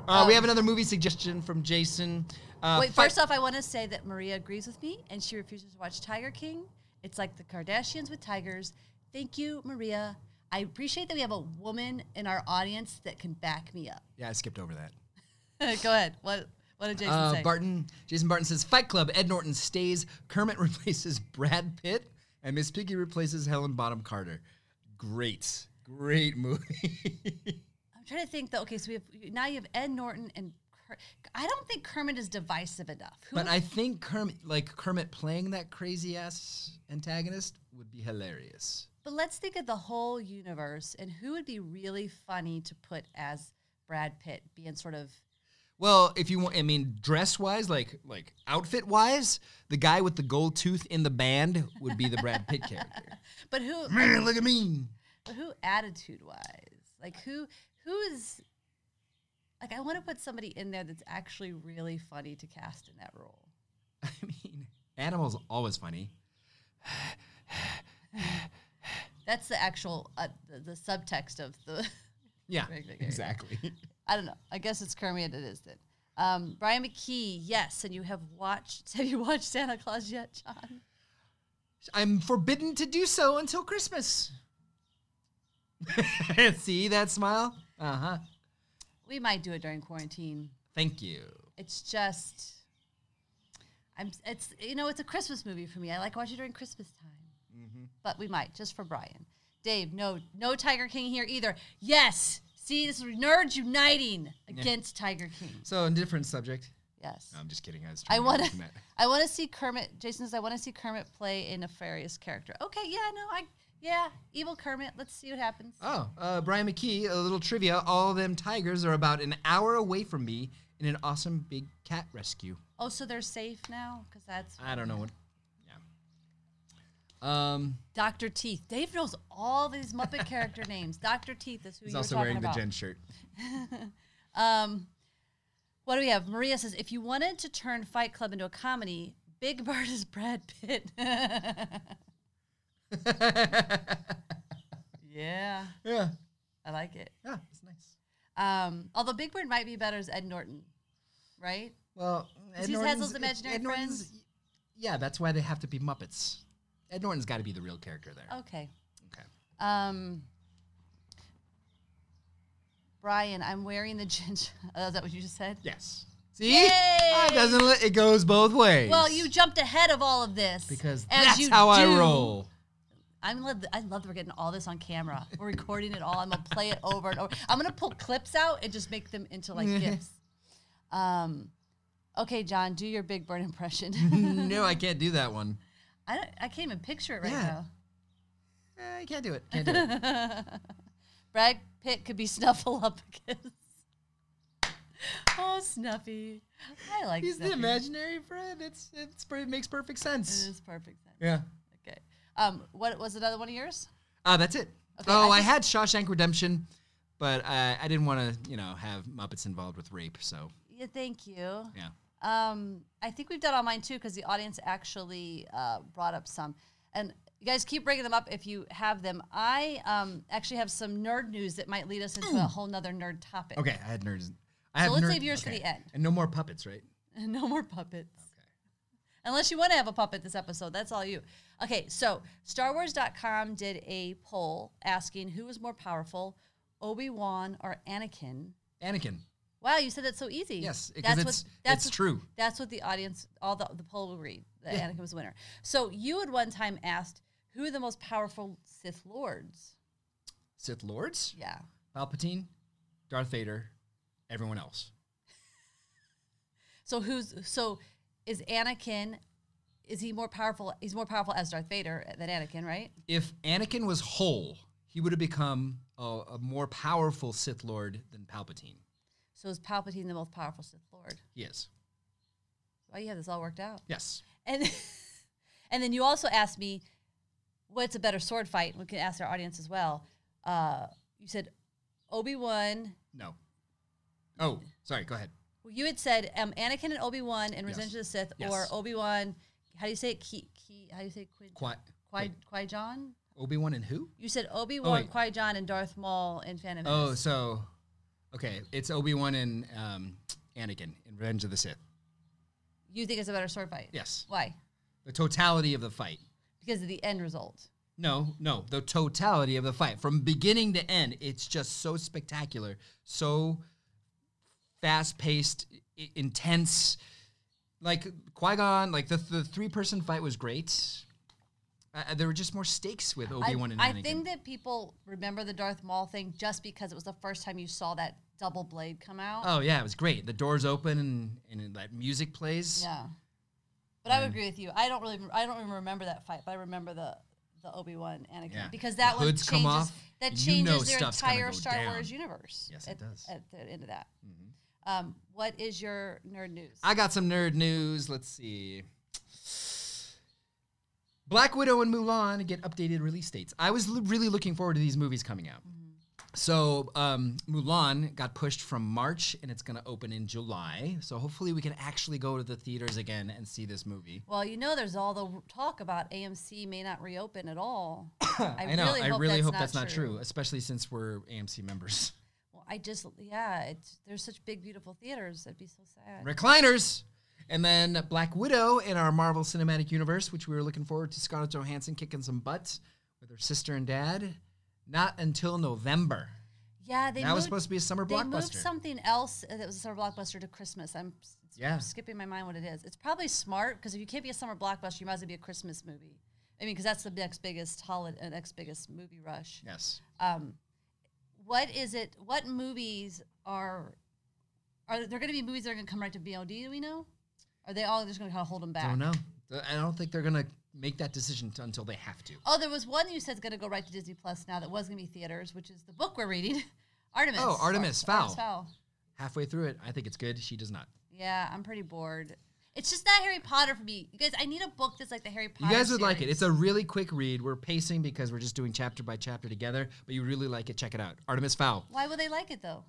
Uh, we have another movie suggestion from Jason. Uh,
Um, Wait,
fi-
first off, I want to say that Maria agrees with me and she refuses to watch Tiger King. It's like the Kardashians with tigers. Thank you, Maria. I appreciate that we have a woman in our audience that can back me up.
Yeah, I skipped over that.
Go ahead. What what did Jason
Uh,
say?
Barton, Jason Barton says Fight Club. Ed Norton stays. Kermit replaces Brad Pitt, and Miss Piggy replaces Helen Bottom Carter. Great, great movie.
I'm trying to think though. Okay, so we have now you have Ed Norton and Ker- I don't think Kermit is divisive enough. Who
but I think Kermit, like Kermit playing that crazy ass antagonist, would be hilarious.
But let's think of the whole universe and who would be really funny to put as Brad Pitt being sort of
Well, if you want, I mean, dress wise, like like outfit wise, the guy with the gold tooth in the band would be the Brad Pitt character.
but who
Man, look at me.
but who attitude wise? Like who who is like I want to put somebody in there that's actually really funny to cast in that role.
I mean, animals always funny.
That's the actual uh, the, the subtext of the
Yeah,
Right, right, right.
exactly.
I don't know. I guess it's Kermit it is then. Um, Brian McKee, yes, and you have watched have you watched Santa Claus yet, John?
I'm forbidden to do so until Christmas. See that smile? Uh huh.
We might do it during quarantine.
Thank you.
It's just I'm it's you know, it's a Christmas movie for me. I like watching it during Christmas time. but we might just for Brian. Dave, no, no Tiger King here either. Yes, see, this is nerds uniting against Tiger King.
So, a different subject.
Yes,
No, I'm just kidding. I was.
I
trying
want
get
to.
away from that.
I want to see Kermit. Jason says I want to see Kermit play a nefarious character. Okay, yeah, no, I, yeah, evil Kermit. Let's see what happens.
Oh, uh, Brian McKee, a little trivia. All them tigers are about an hour away from me in an awesome big cat rescue.
Oh, so they're safe now because that's
I don't know what. Yeah. Um,
Doctor Teeth. Dave knows all these Muppet character names. Doctor Teeth is who
he's
you're
also
talking
wearing
about.
the Jen shirt.
Um, what do we have? Maria says, if you wanted to turn Fight Club into a comedy, Big Bird is Brad Pitt. yeah,
Yeah.
I like it.
Yeah, it's nice.
Um, although Big Bird might be better as Ed Norton, right?
Well, Ed
he has
Norton's-
those imaginary
Ed Norton's- Yeah, that's why they have to be Muppets. Ed Norton's got to be the real character there.
Okay.
Okay.
Um, Brian, I'm wearing the ginger. Oh, is that what you just said?
Yes. See,
Yay!
it doesn't. Let, it goes both ways.
Well, you jumped ahead of all of this
because
as
that's
you
how I
do.
roll.
I'm love. I love that we're getting all this on camera. We're recording it all. I'm gonna play it over and over. I'm gonna pull clips out and just make them into like gifs. Um, okay, John, do your Big Bird impression.
no, I can't do that one.
I don't, I can't even picture it right
Yeah.
now.
Eh, I can't do it. Can't do it.
Brad Pitt could be Snuffleupagus. oh, Snuffy, I like.
He's the
Snuffy.
imaginary friend. It's it's it makes perfect
It
sense.
is perfect. Sense.
Yeah.
Okay. Um, what was another one of yours?
Uh, that's it.
Okay,
oh,
I
I,
just-
had Shawshank Redemption, but I, I didn't want to, you know, have Muppets involved with rape. So
Yeah, thank you.
yeah.
Um, I think we've done all mine too because the audience actually uh, brought up some. And you guys keep bringing them up if you have them. I um, actually have some nerd news that might lead us into a whole nother nerd topic.
Okay, I had nerds. I have
let's
nerd-
save yours for
okay.
the end.
And no more puppets, right?
no more puppets. Unless you want to have a puppet this episode, that's all you. Okay, so StarWars.com did a poll asking who was more powerful, Obi Wan or Anakin.
Anakin.
Wow, you said that so easy.
Yes, because it's it's
what-
true.
That's what the audience, all the, the poll will read that Anakin was the winner. So you had one time asked who are the most powerful Sith lords.
Sith lords,
Yeah.
Palpatine, Darth Vader, everyone else.
So who's so is Anakin? Is he more powerful? He's more powerful as Darth Vader than Anakin, right?
If Anakin was whole, he would have become a, a more powerful Sith Lord than Palpatine.
So is Palpatine the most powerful Sith Lord?
He is.
Why you have this all worked out?
Yes.
And and then you also asked me, what's a better sword fight? We can ask our audience as well. Uh, you said Obi Wan.
No. Oh, sorry. Go ahead.
Well, you had said um, Anakin and Obi Wan in Revenge of the Sith, or
Yes.
Obi Wan. How do you say it? Ki, ki, how do you say Qui?
Qui.
Qui, Qui Gon?
Obi Wan and who?
You said Obi Wan,
Oh, wait.
Qui Gon, and Darth Maul in Phantom Menace.
Oh, so okay. It's Obi Wan and um, Anakin in Revenge of the Sith.
You think it's a better sword fight?
Yes.
Why?
The totality of the fight.
Because of the end result.
No, no, the totality of the fight from beginning to end. It's just so spectacular, so fast paced, I- intense. Like Qui Gon, like the, the three person fight was great. Uh, uh, there were just more stakes with
I-
Obi Wan and
I,
Anakin.
think that people remember the Darth Maul thing just because it was the first time you saw that double blade come out.
oh yeah, it was great. The doors open and and that music plays.
Yeah. But I would agree with you. I don't really, I don't even remember that fight, but I remember the the Obi Wan Anakin
Yeah.
because
The
that one
hoods
changes.
come off,
that
you
changes
know
their
stuff's gonna
entire
go
Star
down.
Wars universe.
Yes,
at,
it does. Mm-hmm.
At the end of that, um, what is your nerd news?
I got some nerd news. Let's see. Black Widow and Mulan get updated release dates. I was l- really looking forward to these movies coming out. So um, Mulan got pushed from March and it's going to open in July. So hopefully we can actually go to the theaters again and see this movie.
well, you know, there's all the r- talk about AMC may not reopen at all. I,
know. I really hope that's not
true.
true, especially since we're AMC members.
Well, I just yeah, it's, there's such big beautiful theaters. That'd be so sad.
recliners. And then Black Widow in our Marvel Cinematic Universe, which we were looking forward to Scarlett Johansson kicking some butts with her sister and dad. Not until November.
Yeah, they
that
moved,
was supposed to be a summer
they moved
blockbuster.
something else uh, that was a summer blockbuster to Christmas. I'm s- s-
Yeah.
skipping my mind what it is. It's probably smart because if you can't be a summer blockbuster, you might as well be a Christmas movie. I mean, because that's the next biggest holiday, uh, next biggest movie rush.
yes.
Um, what is it? What movies are are there going to be movies that are going to come right to VOD? Do we know? Are they all just going to kind of hold them back?
Don't know. Th- I don't think they're gonna make that decision t- until they have to.
Oh, there was one you said is going to go right to Disney Plus now that was going to be theaters, which is the book we're reading, Artemis.
Oh, Artemis Fowl.
Artemis Fowl.
Halfway through it, I think it's good. She does not.
Yeah, I'm pretty bored. It's just not Harry Potter for me. You guys, I need a book that's like the Harry Potter.
you guys would like it.
series.
It's a really quick read. We're pacing because we're just doing chapter by chapter together. But you really like it. Check it out. Artemis Fowl.
Why would they like it though?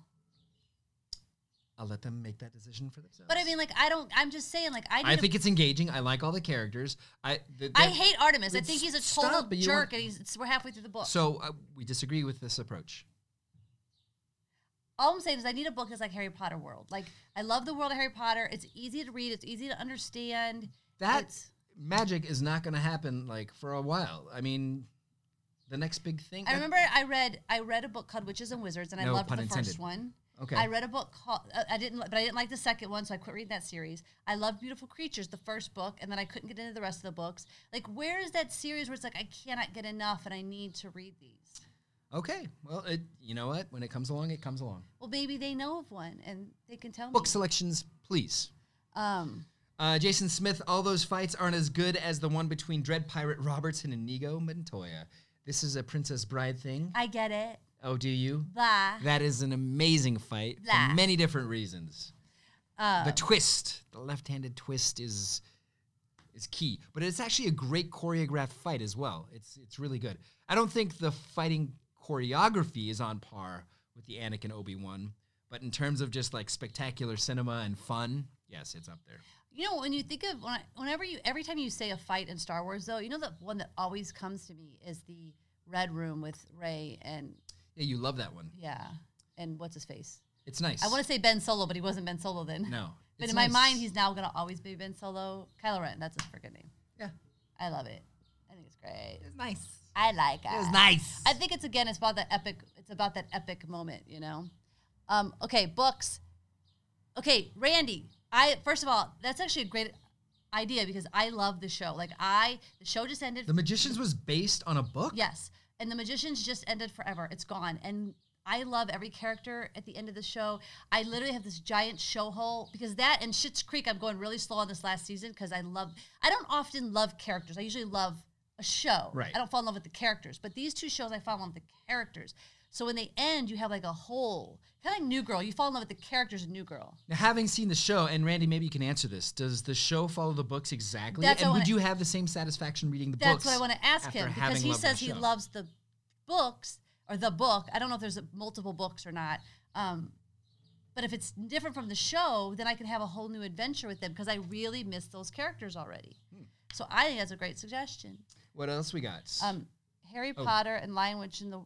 I'll let them make that decision for themselves.
But I mean, like, I don't. I'm just saying, like, I need.
I
a-
think it's engaging. I like all the characters. I th-
I
that-
hate Artemis. I
it's-
think he's a
stop,
total
but you
jerk,
don't-
and he's. It's, we're halfway through the book.
So uh, we disagree with this approach.
all I'm saying is I need a book that's like Harry Potter world. Like, I love the world of Harry Potter. It's easy to read. It's easy to understand.
That
It's-
magic is not going to happen like for a while. I mean, the next big thing.
I
that-
remember I read I read a book called Witches and Wizards, and I
No
loved the
pun intended.
first one.
Okay.
I read a book called uh, I didn't, li- but I didn't like the second one, so I quit reading that series. I loved Beautiful Creatures, the first book, and then I couldn't get into the rest of the books. Like, where is that series where it's like I cannot get enough, and I need to read these?
Okay. Well, it, you know what? When it comes along, it comes along.
Well, maybe they know of one, and they can tell
Book
me.
selections, please.
Um,
Uh, Jason Smith, all those fights aren't as good as the one between Dread Pirate Robertson and Inigo Montoya. This is a Princess Bride thing.
I get it.
Oh, do you?
Blah.
That is an amazing fight
Blah.
for many different reasons.
Uh,
the twist, the left-handed twist is is key, but it's actually a great choreographed fight as well. It's it's really good. I don't think the fighting choreography is on par with the Anakin Obi Wan, but in terms of just like spectacular cinema and fun, yes, it's up there.
You know, when you think of when I- whenever you every time you say a fight in Star Wars, though, you know the one that always comes to me is the Red Room with Ray and
Yeah, you love that one.
yeah, and what's his face?
It's nice.
I want to say Ben Solo, but he wasn't Ben Solo then.
no.
But
It's
in my
nice.
mind, he's now gonna always be Ben Solo. Kylo Ren, that's his freaking name.
Yeah.
I love it. I think it's great.
It was nice.
I like it.
It was nice.
I think it's again, it's about that epic. It's about that epic moment, you know. Um, okay, books. Okay, Randy. I first of all, that's actually a great idea because I love the show. Like I, the show just ended.
The Magicians was based on a book.
Yes. And The Magicians just ended forever. It's gone. And I love every character at the end of the show. I literally have this giant show hole because that and Schitt's Creek, I'm going really slow on this last season because I love, I don't often love characters. I usually love a show.
Right.
I don't fall in love with the characters. But these two shows, I fall in love with the characters. So when they end, you have like a hole. Kind of like New Girl. You fall in love with the characters in New Girl.
Now, having seen the show, and Randy, maybe you can answer this. Does the show follow the books exactly?
That's what I
and would
wanna-
you have the same satisfaction reading the
That's
books?
what I want to ask
after
him
having
because he
loved the
says he
show?
loves the books or the book. I don't know if there's a, multiple books or not. Um, but if it's different from the show, then I can have a whole new adventure with them because I really miss those characters already.
Hmm.
So I think that's a great suggestion.
What else we got?
Um, Harry
Oh.
Potter and Lion Witch in the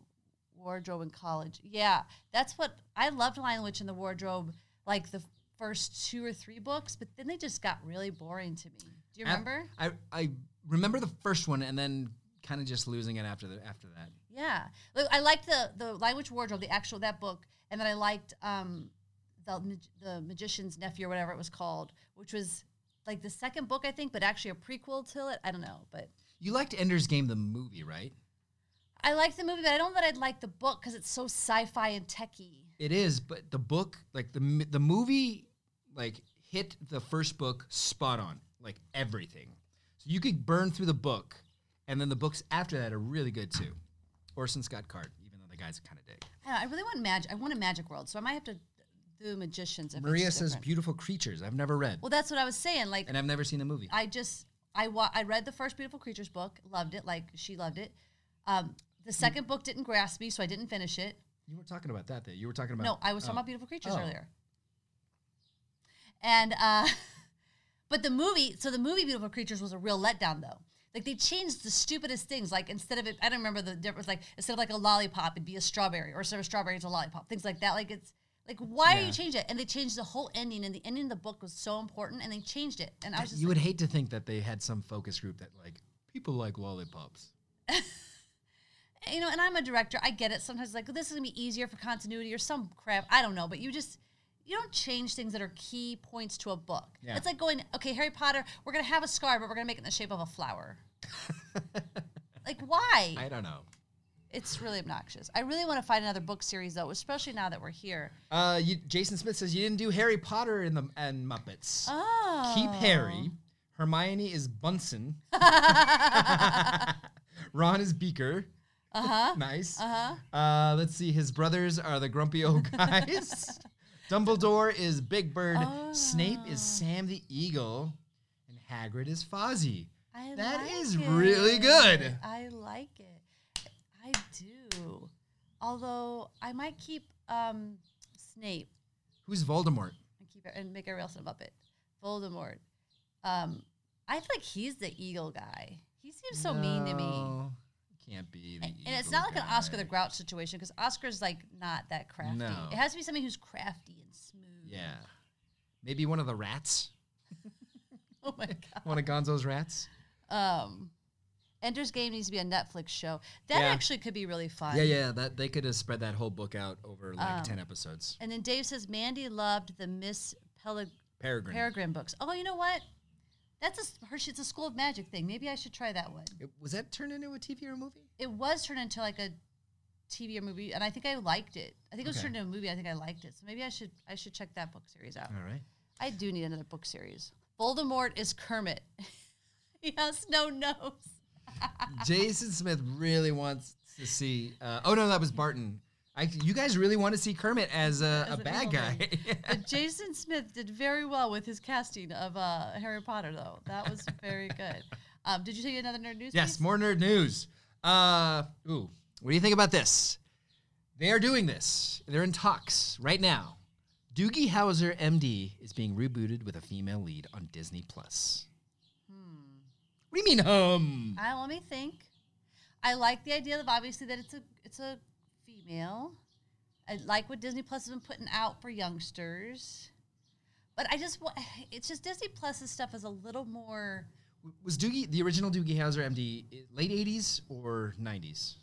Wardrobe in college. Yeah, that's what I loved. Lion Witch in the Wardrobe, like the first two or three books, but then they just got really boring to me. Do you
Ap-
remember?
I, I remember the first one, and then kind of just losing it after the, after that.
Yeah, Like, I liked the the language wardrobe, the actual that book, and then I liked um, the Mag- the magician's nephew or whatever it was called, which was like the second book I think, but actually a prequel to it. I don't know, but
You liked Ender's Game, the movie, right?
I liked the movie, but I don't know that I'd like the book because it's so sci-fi and techie.
It is, but the book, like the m- the movie, like hit the first book spot on, like everything. So you could burn through the book, and then the books after that are really good too. Orson Scott Card, even though the guy's kind of dick.
I, don't know, I really want magic. I want a magic world, so I might have to do magicians. If
Maria
it's
says
different.
beautiful creatures. I've never read,
Well, that's what I was saying. Like
and I've never seen the movie.
I just I wa- I read the first Beautiful Creatures book, loved it, like she loved it. Um,
Mm.
the second book didn't grasp me, so I didn't finish it.
you were talking about that, though. You were talking about
No, I was talking
oh.
about Beautiful Creatures
Oh.
earlier. And uh, but the movie, so the movie Beautiful Creatures was a real letdown though. Like they changed the stupidest things. Like instead of it, I don't remember the difference. Like instead of like a lollipop, it'd be a strawberry, or instead of strawberry, it's a lollipop. Things like that. Like it's like why are
Yeah.
you changing it? And they changed the whole ending, and the ending of the book was so important, and they changed it. And I was just
You
like,
would hate to think that they had some focus group that like people like lollipops.
you know, and I'm a director. I get it. Sometimes like this is gonna be easier for continuity or some crap. I don't know, but you just you don't change things that are key points to a book.
Yeah.
It's like going, okay, Harry Potter, we're gonna have a scar, but we're gonna make it in the shape of a flower. like why?
I don't know.
it's really obnoxious. I really want to find another book series though, especially now that we're here.
Uh, you, Jason Smith says you didn't do Harry Potter and the and Muppets.
Oh,
Keep Harry. Hermione is Bunsen. Ron is Beaker. Uh huh.
Uh-huh.
nice. Uh huh. Uh, let's see. His brothers are the grumpy old guys. Dumbledore is Big Bird.
Oh.
Snape is Sam the Eagle, and Hagrid is Fozzie.
I
That
like
is really good.
I like it. I do. Although I might keep um, Snape.
Who's Voldemort?
and keep it and make everybody else a Muppet. Voldemort. Um, I feel like he's the eagle guy. He seems so mean to me.
No, Can't be. The
And, and it's
Eagle
not like an Oscar the
guy.
Grouch situation because Oscar's like not that crafty.
No.
It has to be somebody who's crafty and smooth.
Yeah. Maybe one of the rats.
Oh my god.
One of Gonzo's rats.
Um, Ender's Game needs to be a Netflix show. That
Yeah.
actually could be really fun.
Yeah, yeah. That they could have spread that whole book out over like
Um,
ten episodes.
And then Dave says Mandy loved the Miss Peleg-
Peregrine.
Peregrine books. Oh, you know what? That's a s- her. It's a School of Magic thing. Maybe I should try that one.
It- was that turned into a TV or a movie?
it was turned into like a TV or movie, and I think I liked it. I think it was
Okay.
turned into a movie. I think I liked it. So maybe I should I should check that book series out.
All right.
I do need another book series. Voldemort is Kermit. he has no nose. Uh,
Jason Smith really wants to see. Uh, oh no, that was Barton. I, you guys really want to see Kermit as a,
As
a
an
bad
evil
guy?
But Jason Smith did very well with his casting of uh, Harry Potter, though. That was very good. Um, did you take another nerd news?
yes.
piece?
More nerd news. Uh, ooh, what do you think about this? They are doing this. They're in talks right now. Doogie Howser, MD, is being rebooted with a female lead on Disney Plus.
Hmm.
What do you mean, hum?
I let me think. I like the idea of obviously that it's a it's a female. I like what Disney Plus has been putting out for youngsters. But I just, wa- it's just Disney Plus's stuff is a little more.
Was Doogie the original Doogie Howser MD i- late '80s or '90s?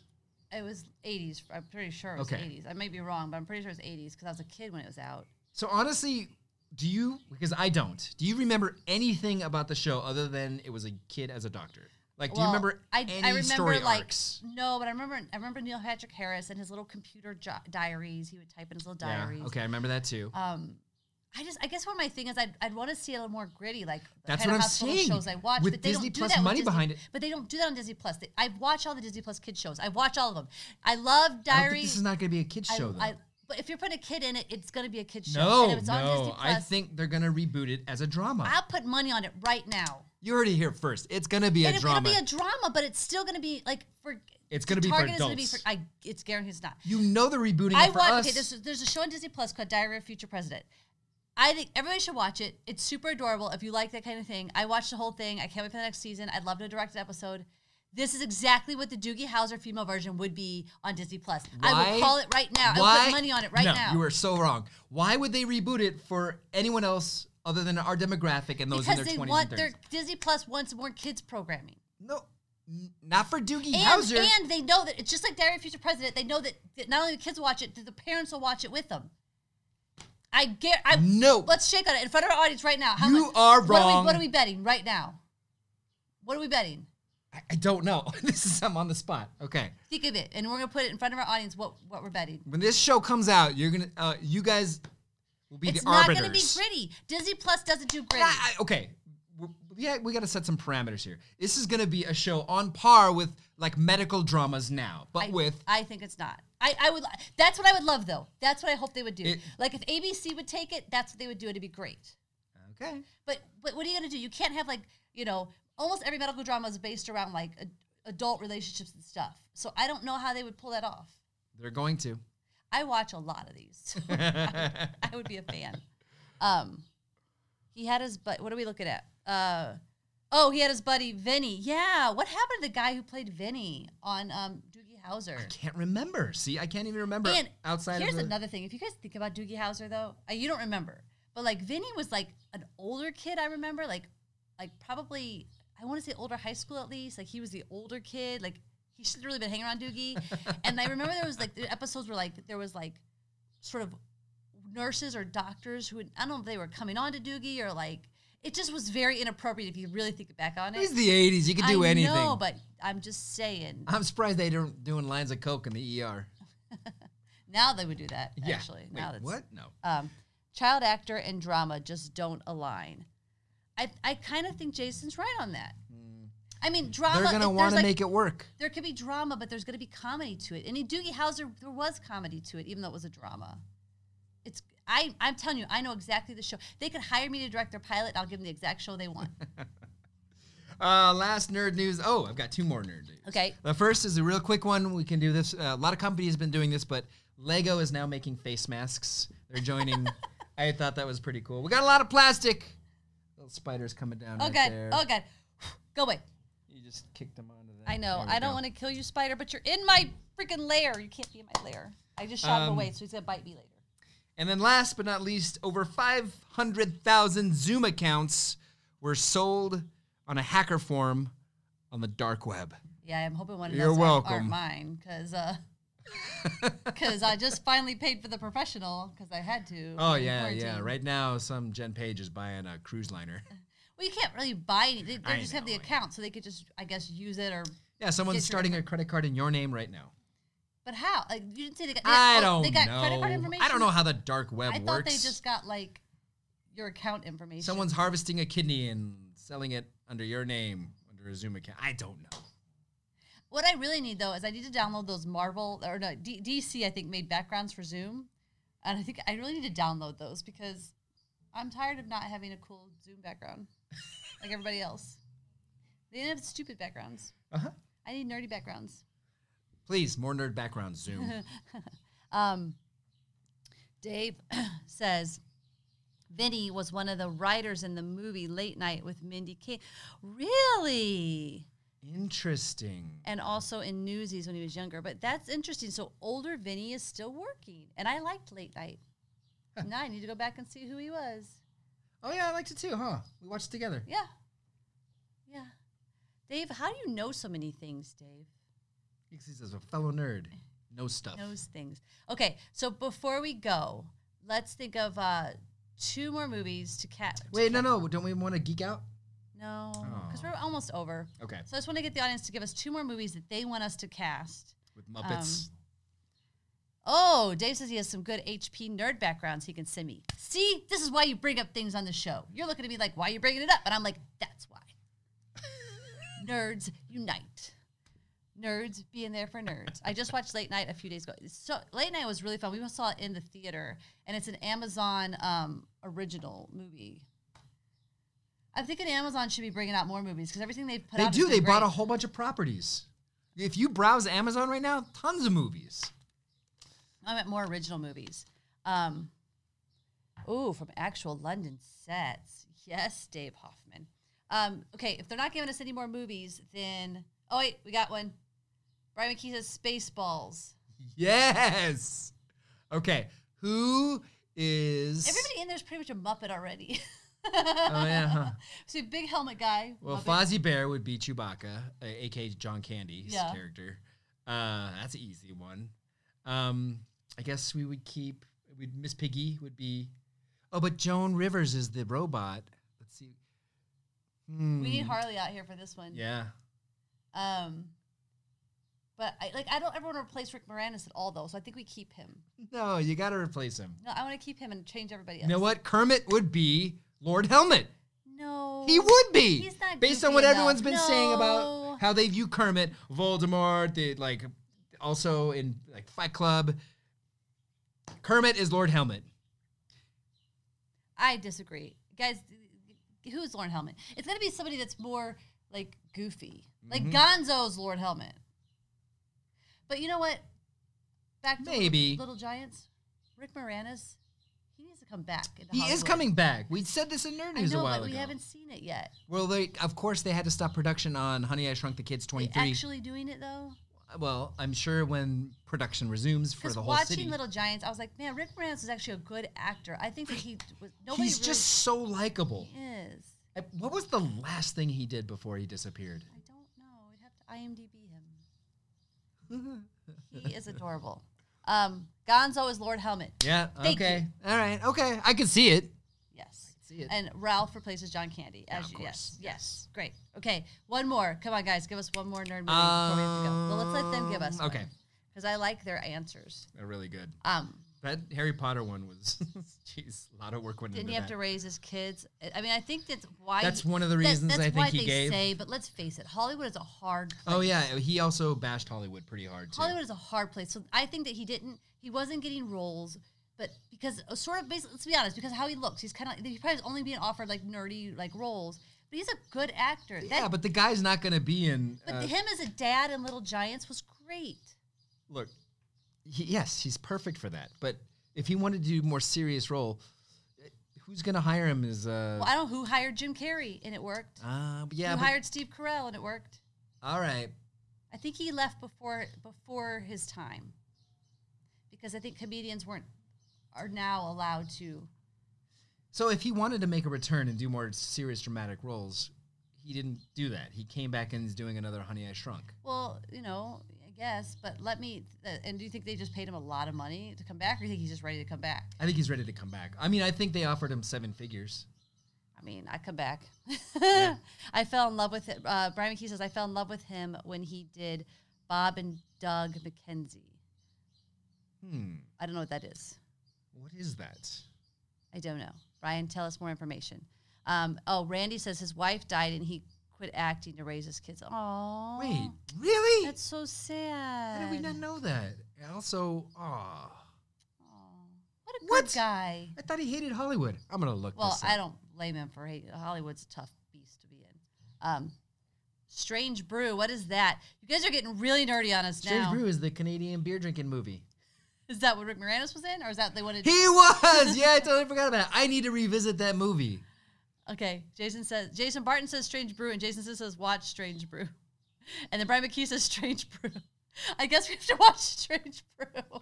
It was 80s. I'm pretty sure it was
Okay.
80s. I may be wrong, but I'm pretty sure it was 80s because I was a kid when it was out.
So honestly, do you? Because I don't. Do you remember anything about the show other than it was a kid as a doctor? Like, do you
Well,
remember
I,
any
I remember
story
like
arcs?
no, but I remember I remember Neil Patrick Harris and his little computer jo- diaries. He would type in his little diaries.
Yeah. Okay, I remember that too.
Um, I just I guess one of my thing is I'd, I'd want to see a little more gritty, like the
That's
kind
what I'm
of hospital
saying,
shows I watch.
with
but they
Disney
don't do
Plus
that with
money
Disney-
behind it.
But they don't do that on Disney Plus. They, I watch all the Disney Plus kids shows. I watch all of them. I love
I don't think
diaries.
this is not going to be a kids show though.
but if you're putting a kid in it, it's gonna be a kids show.
no,
and if it's on Disney
no.
Plus,
I think they're going to reboot it as a drama.
I'll put money on it right now.
you heard it here first. It's going to be a
And it,
drama.
it'll be a drama, but it's still gonna be like for
it's going to be for
target is gonna be
adults.
for I it's guaranteed it's not.
you know they're rebooting
I
it for
watch.
us.
Okay, there's there's a show on Disney Plus called Diary of a Future President. I think everybody should watch it. It's super adorable. If you like that kind of thing, I watched the whole thing. I can't wait for the next season. I'd love to direct an episode. This is exactly what the Doogie Howser female version would be on Disney Plus. I
Why-
will call it right now. I will put money on it right
no,
now.
You are so wrong. Why would they reboot it for anyone else other than our demographic and those
because
in their
they
20s
want
and 30s?
their Disney Plus wants more kids programming.
No, n- not for Doogie
And,
Howser.
and they know that it's just like Diary of a Future President. They know that, that not only the kids watch it, that the parents will watch it with them. I get. I
No.
Let's shake on it in front of our audience right now. How
You
much-
are
What are,
wrong.
we, what are we betting right now? What are we betting?
I, I don't know. this is I'm on the spot. Okay,
Think of it, and we're gonna put it in front of our audience. What what we're betting?
when this show comes out, you're gonna uh, you guys will be
It's
the
not
arbiters.
gonna be gritty. Disney Plus doesn't do gritty.
I- I- okay. W- Yeah, we got to set some parameters here. This is going to be a show on par with like medical dramas now, but
I-
with
I think it's not. I, I would. li- That's what I would love though. That's what I hope they would do.
It-
like if ABC would take it, that's what they would do. It'd be great.
okay.
But but what are you gonna do? You can't have like you know almost every medical drama is based around like ad adult relationships and stuff. So I don't know how they would pull that off.
They're going to.
I watch a lot of these. so I, would, I would be a fan. Um, he had his but. What are we looking at? Uh, oh, he had his buddy Vinny. Yeah, what happened to the guy who played Vinny on um, Doogie Howser?
Can't remember. See, I can't even remember
And
outside
here's
of the,
another thing. If you guys think about Doogie Howser, though, uh, you don't remember, but like Vinny was like an older kid. I remember, like, like probably I want to say older high school at least. Like he was the older kid. Like he should have really been hanging around Doogie. and I remember there was like the episodes where like there was like sort of nurses or doctors who would, I don't know if they were coming on to Doogie or like it just was very inappropriate if you really think back on it.
It was the 80s. You could do
I
anything.
know, but I'm just saying.
I'm surprised they don't doing lines of coke in the ER.
Now they would do that.
Yeah.
Actually,
Wait,
now that's
what? No.
um, child actor and drama just don't align. I, I kind of think Jason's right on that. I mean, drama.
They're gonna
if
want
there's,
to
like,
make it work.
There could be drama, but there's going to be comedy to it. And in Doogie Howser, there was comedy to it, even though it was a drama. It's I I'm telling you, I know exactly the show. They could hire me to direct their pilot. and I'll give them the exact show they want.
Uh, last nerd news. Oh, I've got two more nerd news.
Okay.
The first is a real quick one. We can do this. Uh, a lot of companies have been doing this, but Lego is now making face masks. They're joining. I thought that was pretty cool. We got a lot of plastic. Little spiders coming down.
Oh
right
god.
there.
Oh god. Go away.
You just kicked them onto that.
I know.
There we
I don't
go.
want to kill you, spider, but you're in my freaking lair. You can't be in my lair. I just shot him
Um,
away, so he's gonna bite me later.
And then last but not least, over 500,000 Zoom accounts were sold on a hacker forum on the dark web.
Yeah, I'm hoping one of
You're
those aren't, aren't
welcome.
mine because because I just finally paid for the professional because I had to.
Oh
in
yeah, yeah.
quarantine.
Right now, some Jen Page is buying a cruise liner.
Well, you can't really buy any. They,
I
they just have the
know, I
account, so they could just, I guess, use it or.
Yeah, someone's
Get your-
starting a credit card in your name right now.
But how? Like you didn't say they got. They
I
got, oh,
don't
They got
know.
credit card information.
I don't know how the dark web
I
works.
thought they just got like your account information.
someone's harvesting a kidney and selling it under your name under a Zoom account. I don't know.
What I really need though is I need to download those Marvel or no D- DC. I think made backgrounds for Zoom, and I think I really need to download those because I'm tired of not having a cool Zoom background like everybody else. They have stupid backgrounds.
Uh-huh.
I need nerdy backgrounds.
Please, more nerd background Zoom.
Um, Dave says Vinny was one of the writers in the movie Late Night with Mindy Kaling. Really?
Interesting.
and also in Newsies when he was younger. But that's interesting. So older Vinny is still working, and I liked Late Night. now I need to go back and see who he was.
Oh yeah, I liked it too, huh? We watched it together.
Yeah. Yeah. Dave, how do you know so many things, Dave?
Because he's a fellow nerd. No stuff.
Knows things. Okay, so before we go, let's think of uh, two more movies to catch.
Wait, no, no. Don't we want to geek out?
No, because we're almost over.
Okay.
So I just want to get the audience to give us two more movies that they want us to cast.
With Muppets.
Oh, Dave says he has some good HP nerd backgrounds he can send me. See, this is why you bring up things on the show. You're looking at me like, why are you bringing it up? And I'm like, that's why. Nerds unite. Nerds being there for nerds. I just watched Late Night a few days ago. It's So Late Night was really fun. We saw it in the theater, and it's an Amazon um, original movie. I'm thinking Amazon should be bringing out more movies because everything they put
they
out.
do. They bought a
whole.
whole bunch of properties. If you browse Amazon right now, tons of movies.
I meant more original movies. Um, ooh, from actual London sets. Yes, Dave Hoffman. Um, okay, if they're not giving us any more movies, then oh wait, we got one. Brian McKee says Spaceballs.
Yes. Okay. Who is?
Everybody in there's pretty much a Muppet already.
Oh yeah. huh.
so big helmet guy.
Well,
Muppet.
Fozzie Bear would be Chewbacca, uh, aka John Candy's
Yeah.
character. Uh, that's an easy one. Um, I guess we would keep. We'd Miss Piggy would be. Oh, but Joan Rivers is the robot. Let's see. Hmm.
we need Harley out here for this one.
Yeah.
Um, but I like I don't ever want to replace Rick Moranis at all though, so I think we keep him.
No, you got to replace him.
No, I want to keep him and change everybody else.
You know what? Kermit would be Lord Helmet.
No.
He would be.
He's not
based on
goofy
what
enough.
everyone's been saying
No.
about how they view Kermit, Voldemort, the like also in like Fight Club. Kermit is Lord Helmet.
I disagree, guys. Who's Lord Helmet? It's gonna be somebody that's more like goofy,
Mm-hmm.
like Gonzo's Lord Helmet. But you know what? Back to
Maybe.
Little, Little Giants. Rick Moranis, he needs to come back. into
He is
Hollywood.
coming back. We said this in Nerd
I
News
know,
a while
but
ago.
we haven't seen it yet.
Well, they of course they had to stop production on Honey I Shrunk the Kids
Are they
23.
actually doing it though?
well, I'm sure when production resumes for
Because
the whole
watching
city.
Little Giants, I was like, man, Rick Moranis is actually a good actor. I think that he was. Nobody
He's
really
just so likable.
is.
I- What was the last thing he did before he disappeared?
I don't know. We'd have to IMDb him. he is adorable. Um, Gonzo is Lord Helmet.
Yeah.
Thank
okay. All right. Okay. I can see it.
Yes.
see it.
And Ralph replaces John Candy. As
of
you,
course.
Yes, yes. Great. Okay. One more. Come on, guys. Give us one more nerd movie before we have to go. Well, let's let them give us.
Um, okay.
Because I like their answers.
They're really good.
Um,
That Harry Potter one was, jeez, a lot of work went
didn't
into
he have
that.
to raise his kids? I- I mean, I think that's why.
That's
he-
one of the
that-
reasons
that's
I think
why
he
they
gave.
Say, but let's face it, Hollywood is a hard.
oh yeah, he also bashed Hollywood pretty hard too.
Hollywood is a hard place. So I think that he didn't, he wasn't getting roles, but because uh, sort of basically, let's be honest, because of how he looks, he's kind of, he probably is only being offered like nerdy like roles, but he's a good actor.
yeah,
That-
but the guy's not going to be in.
but
uh,
him as a dad in Little Giants was great.
look, he, yes, he's perfect for that. But if he wanted to do more serious role, eh, who's going to hire him? Is uh,
Well, I don't know who hired Jim Carrey and it worked.
uh but yeah,
who
but,
hired Steve Carell and it worked.
all right.
I think he left before before his time because I think comedians weren't are now allowed to.
So if he wanted to make a return and do more serious dramatic roles, he didn't do that. He came back and is doing another Honey I Shrunk.
Well, you know, I guess, but let me. Th- and do you think they just paid him a lot of money to come back, or do you think he's just ready to come back?
I think he's ready to come back. I mean, I think they offered him seven figures.
I mean, I come back. I fell in love with it. Uh, Brian McKee says I fell in love with him when he did Bob and Doug McKenzie.
Hmm.
I don't know what that is.
What is that?
I don't know. Brian, tell us more information. Um, oh, Randy says his wife died and he quit acting to raise his kids. Oh,
Wait, really?
that's so sad.
How did we not know that? And Also, ah,
Aw, What a good
What?
guy.
I thought he hated Hollywood. I'm gonna look.
Well,
this up.
I don't blame him for hate. Hollywood's a tough beast to be in. Um, Strange Brew, what is that? You guys are getting really nerdy on us
Strange
now.
Brew is the Canadian beer drinking movie.
Is that what Rick Moranis was in, or is that they wanted?
He was. yeah, I totally forgot about it. I need to revisit that movie.
okay, Jason says. Jason Barton says Strange Brew, and Jason says, says watch Strange Brew, and then Brian McKee says Strange Brew. I guess we have to watch Strange Brew.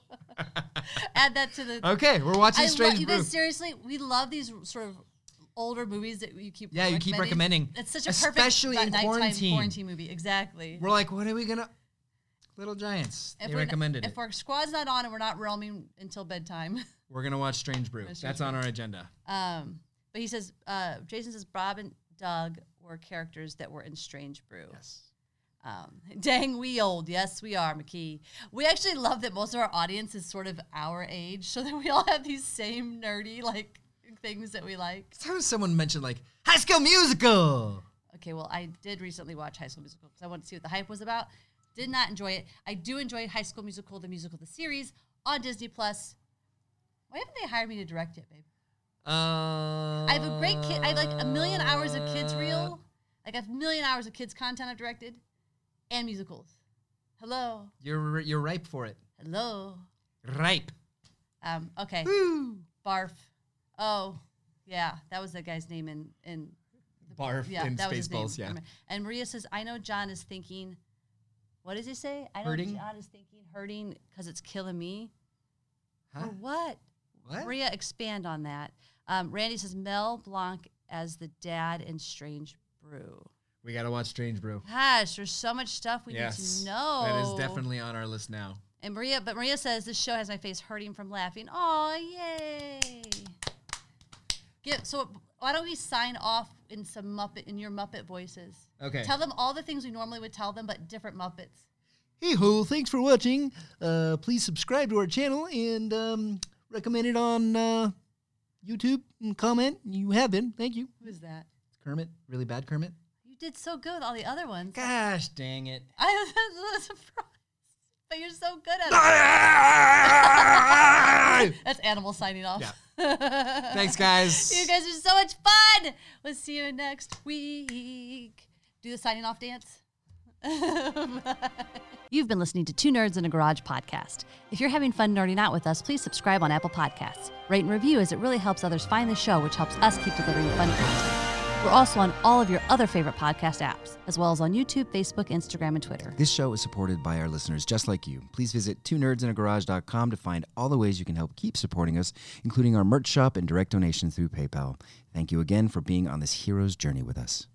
Add that to the.
Okay, we're
I
watching
lo-
Strange
you
Brew.
guys seriously, we love these r- sort of older movies that you keep
Yeah, you keep recommending,
It's such a
especially
perfect
in
nighttime
quarantine.
quarantine movie. Exactly.
We're like, what are we gonna? Little Giants.
If
they
we're n-
recommended
If
it.
our squad's not on and we're not roaming until bedtime.
We're gonna watch Strange Brew.
Strange
That's on our agenda.
Um, but he says, uh, Jason says Bob and Doug were characters that were in Strange Brew.
Yes.
Um, dang, we old. Yes, we are, McKee. We actually love that most of our audience is sort of our age, so that we all have these same nerdy like things that we like.
How does someone mention like High School Musical?
Okay, well, I did recently watch High School Musical because I wanted to see what the hype was about. Did not enjoy it. I do enjoy High School Musical, the musical, the series on Disney Plus. Why haven't they hired me to direct it, babe?
Uh, I
I have a great kid. I have like a million hours of kids
Uh,
reel. Like I have a million hours of kids content I've directed, and musicals. Hello,
You're you're ripe for it.
hello.
Ripe.
Um, okay. Barf. Oh, yeah, that was the guy's name in in
Barf
yeah,
in
that was his name.
Spaceballs.
I
Yeah.
remember. And Maria says, "I know John is thinking. What does he say? I know
Hurting?
John is thinking hurting because it's killing me.
Huh?
Or what?
What?
Maria, expand on that. Um, Randy says Mel Blanc as the dad in Strange Brew.
We gotta watch Strange Brew.
Gosh, there's so much stuff we need to know.
That is definitely on our list now.
And Maria, but Maria says this show has my face hurting from laughing. Oh, yay! Get, so why don't we sign off in some Muppet in your Muppet voices?
Okay.
Tell them all the things we normally would tell them, but different Muppets.
Hey ho, thanks for watching. Uh, please subscribe to our channel and um, recommend it on uh, YouTube and comment. You have been. Thank you.
Who is that?
Kermit. Really bad Kermit?
You did so good. with All the other ones.
Gosh dang it.
I was a little surprised, but you're so good at it.
Thanks,
That's animal signing off.
guys.
You guys are so much fun. We'll see you next week. Do the signing off dance. You've been listening to Two Nerds in a Garage podcast. If you're having fun nerding out with us, please subscribe on Apple Podcasts. Rate and review as it really helps others find the show, which helps us keep delivering fun content. We're also on all of your other favorite podcast apps, as well as on YouTube, Facebook, Instagram, and Twitter.
This show is supported by our listeners just like you. Please visit two nerdsinagarage.com to find all the ways you can help keep supporting us, including our merch shop and direct donations through PayPal. Thank you again for being on this hero's journey with us.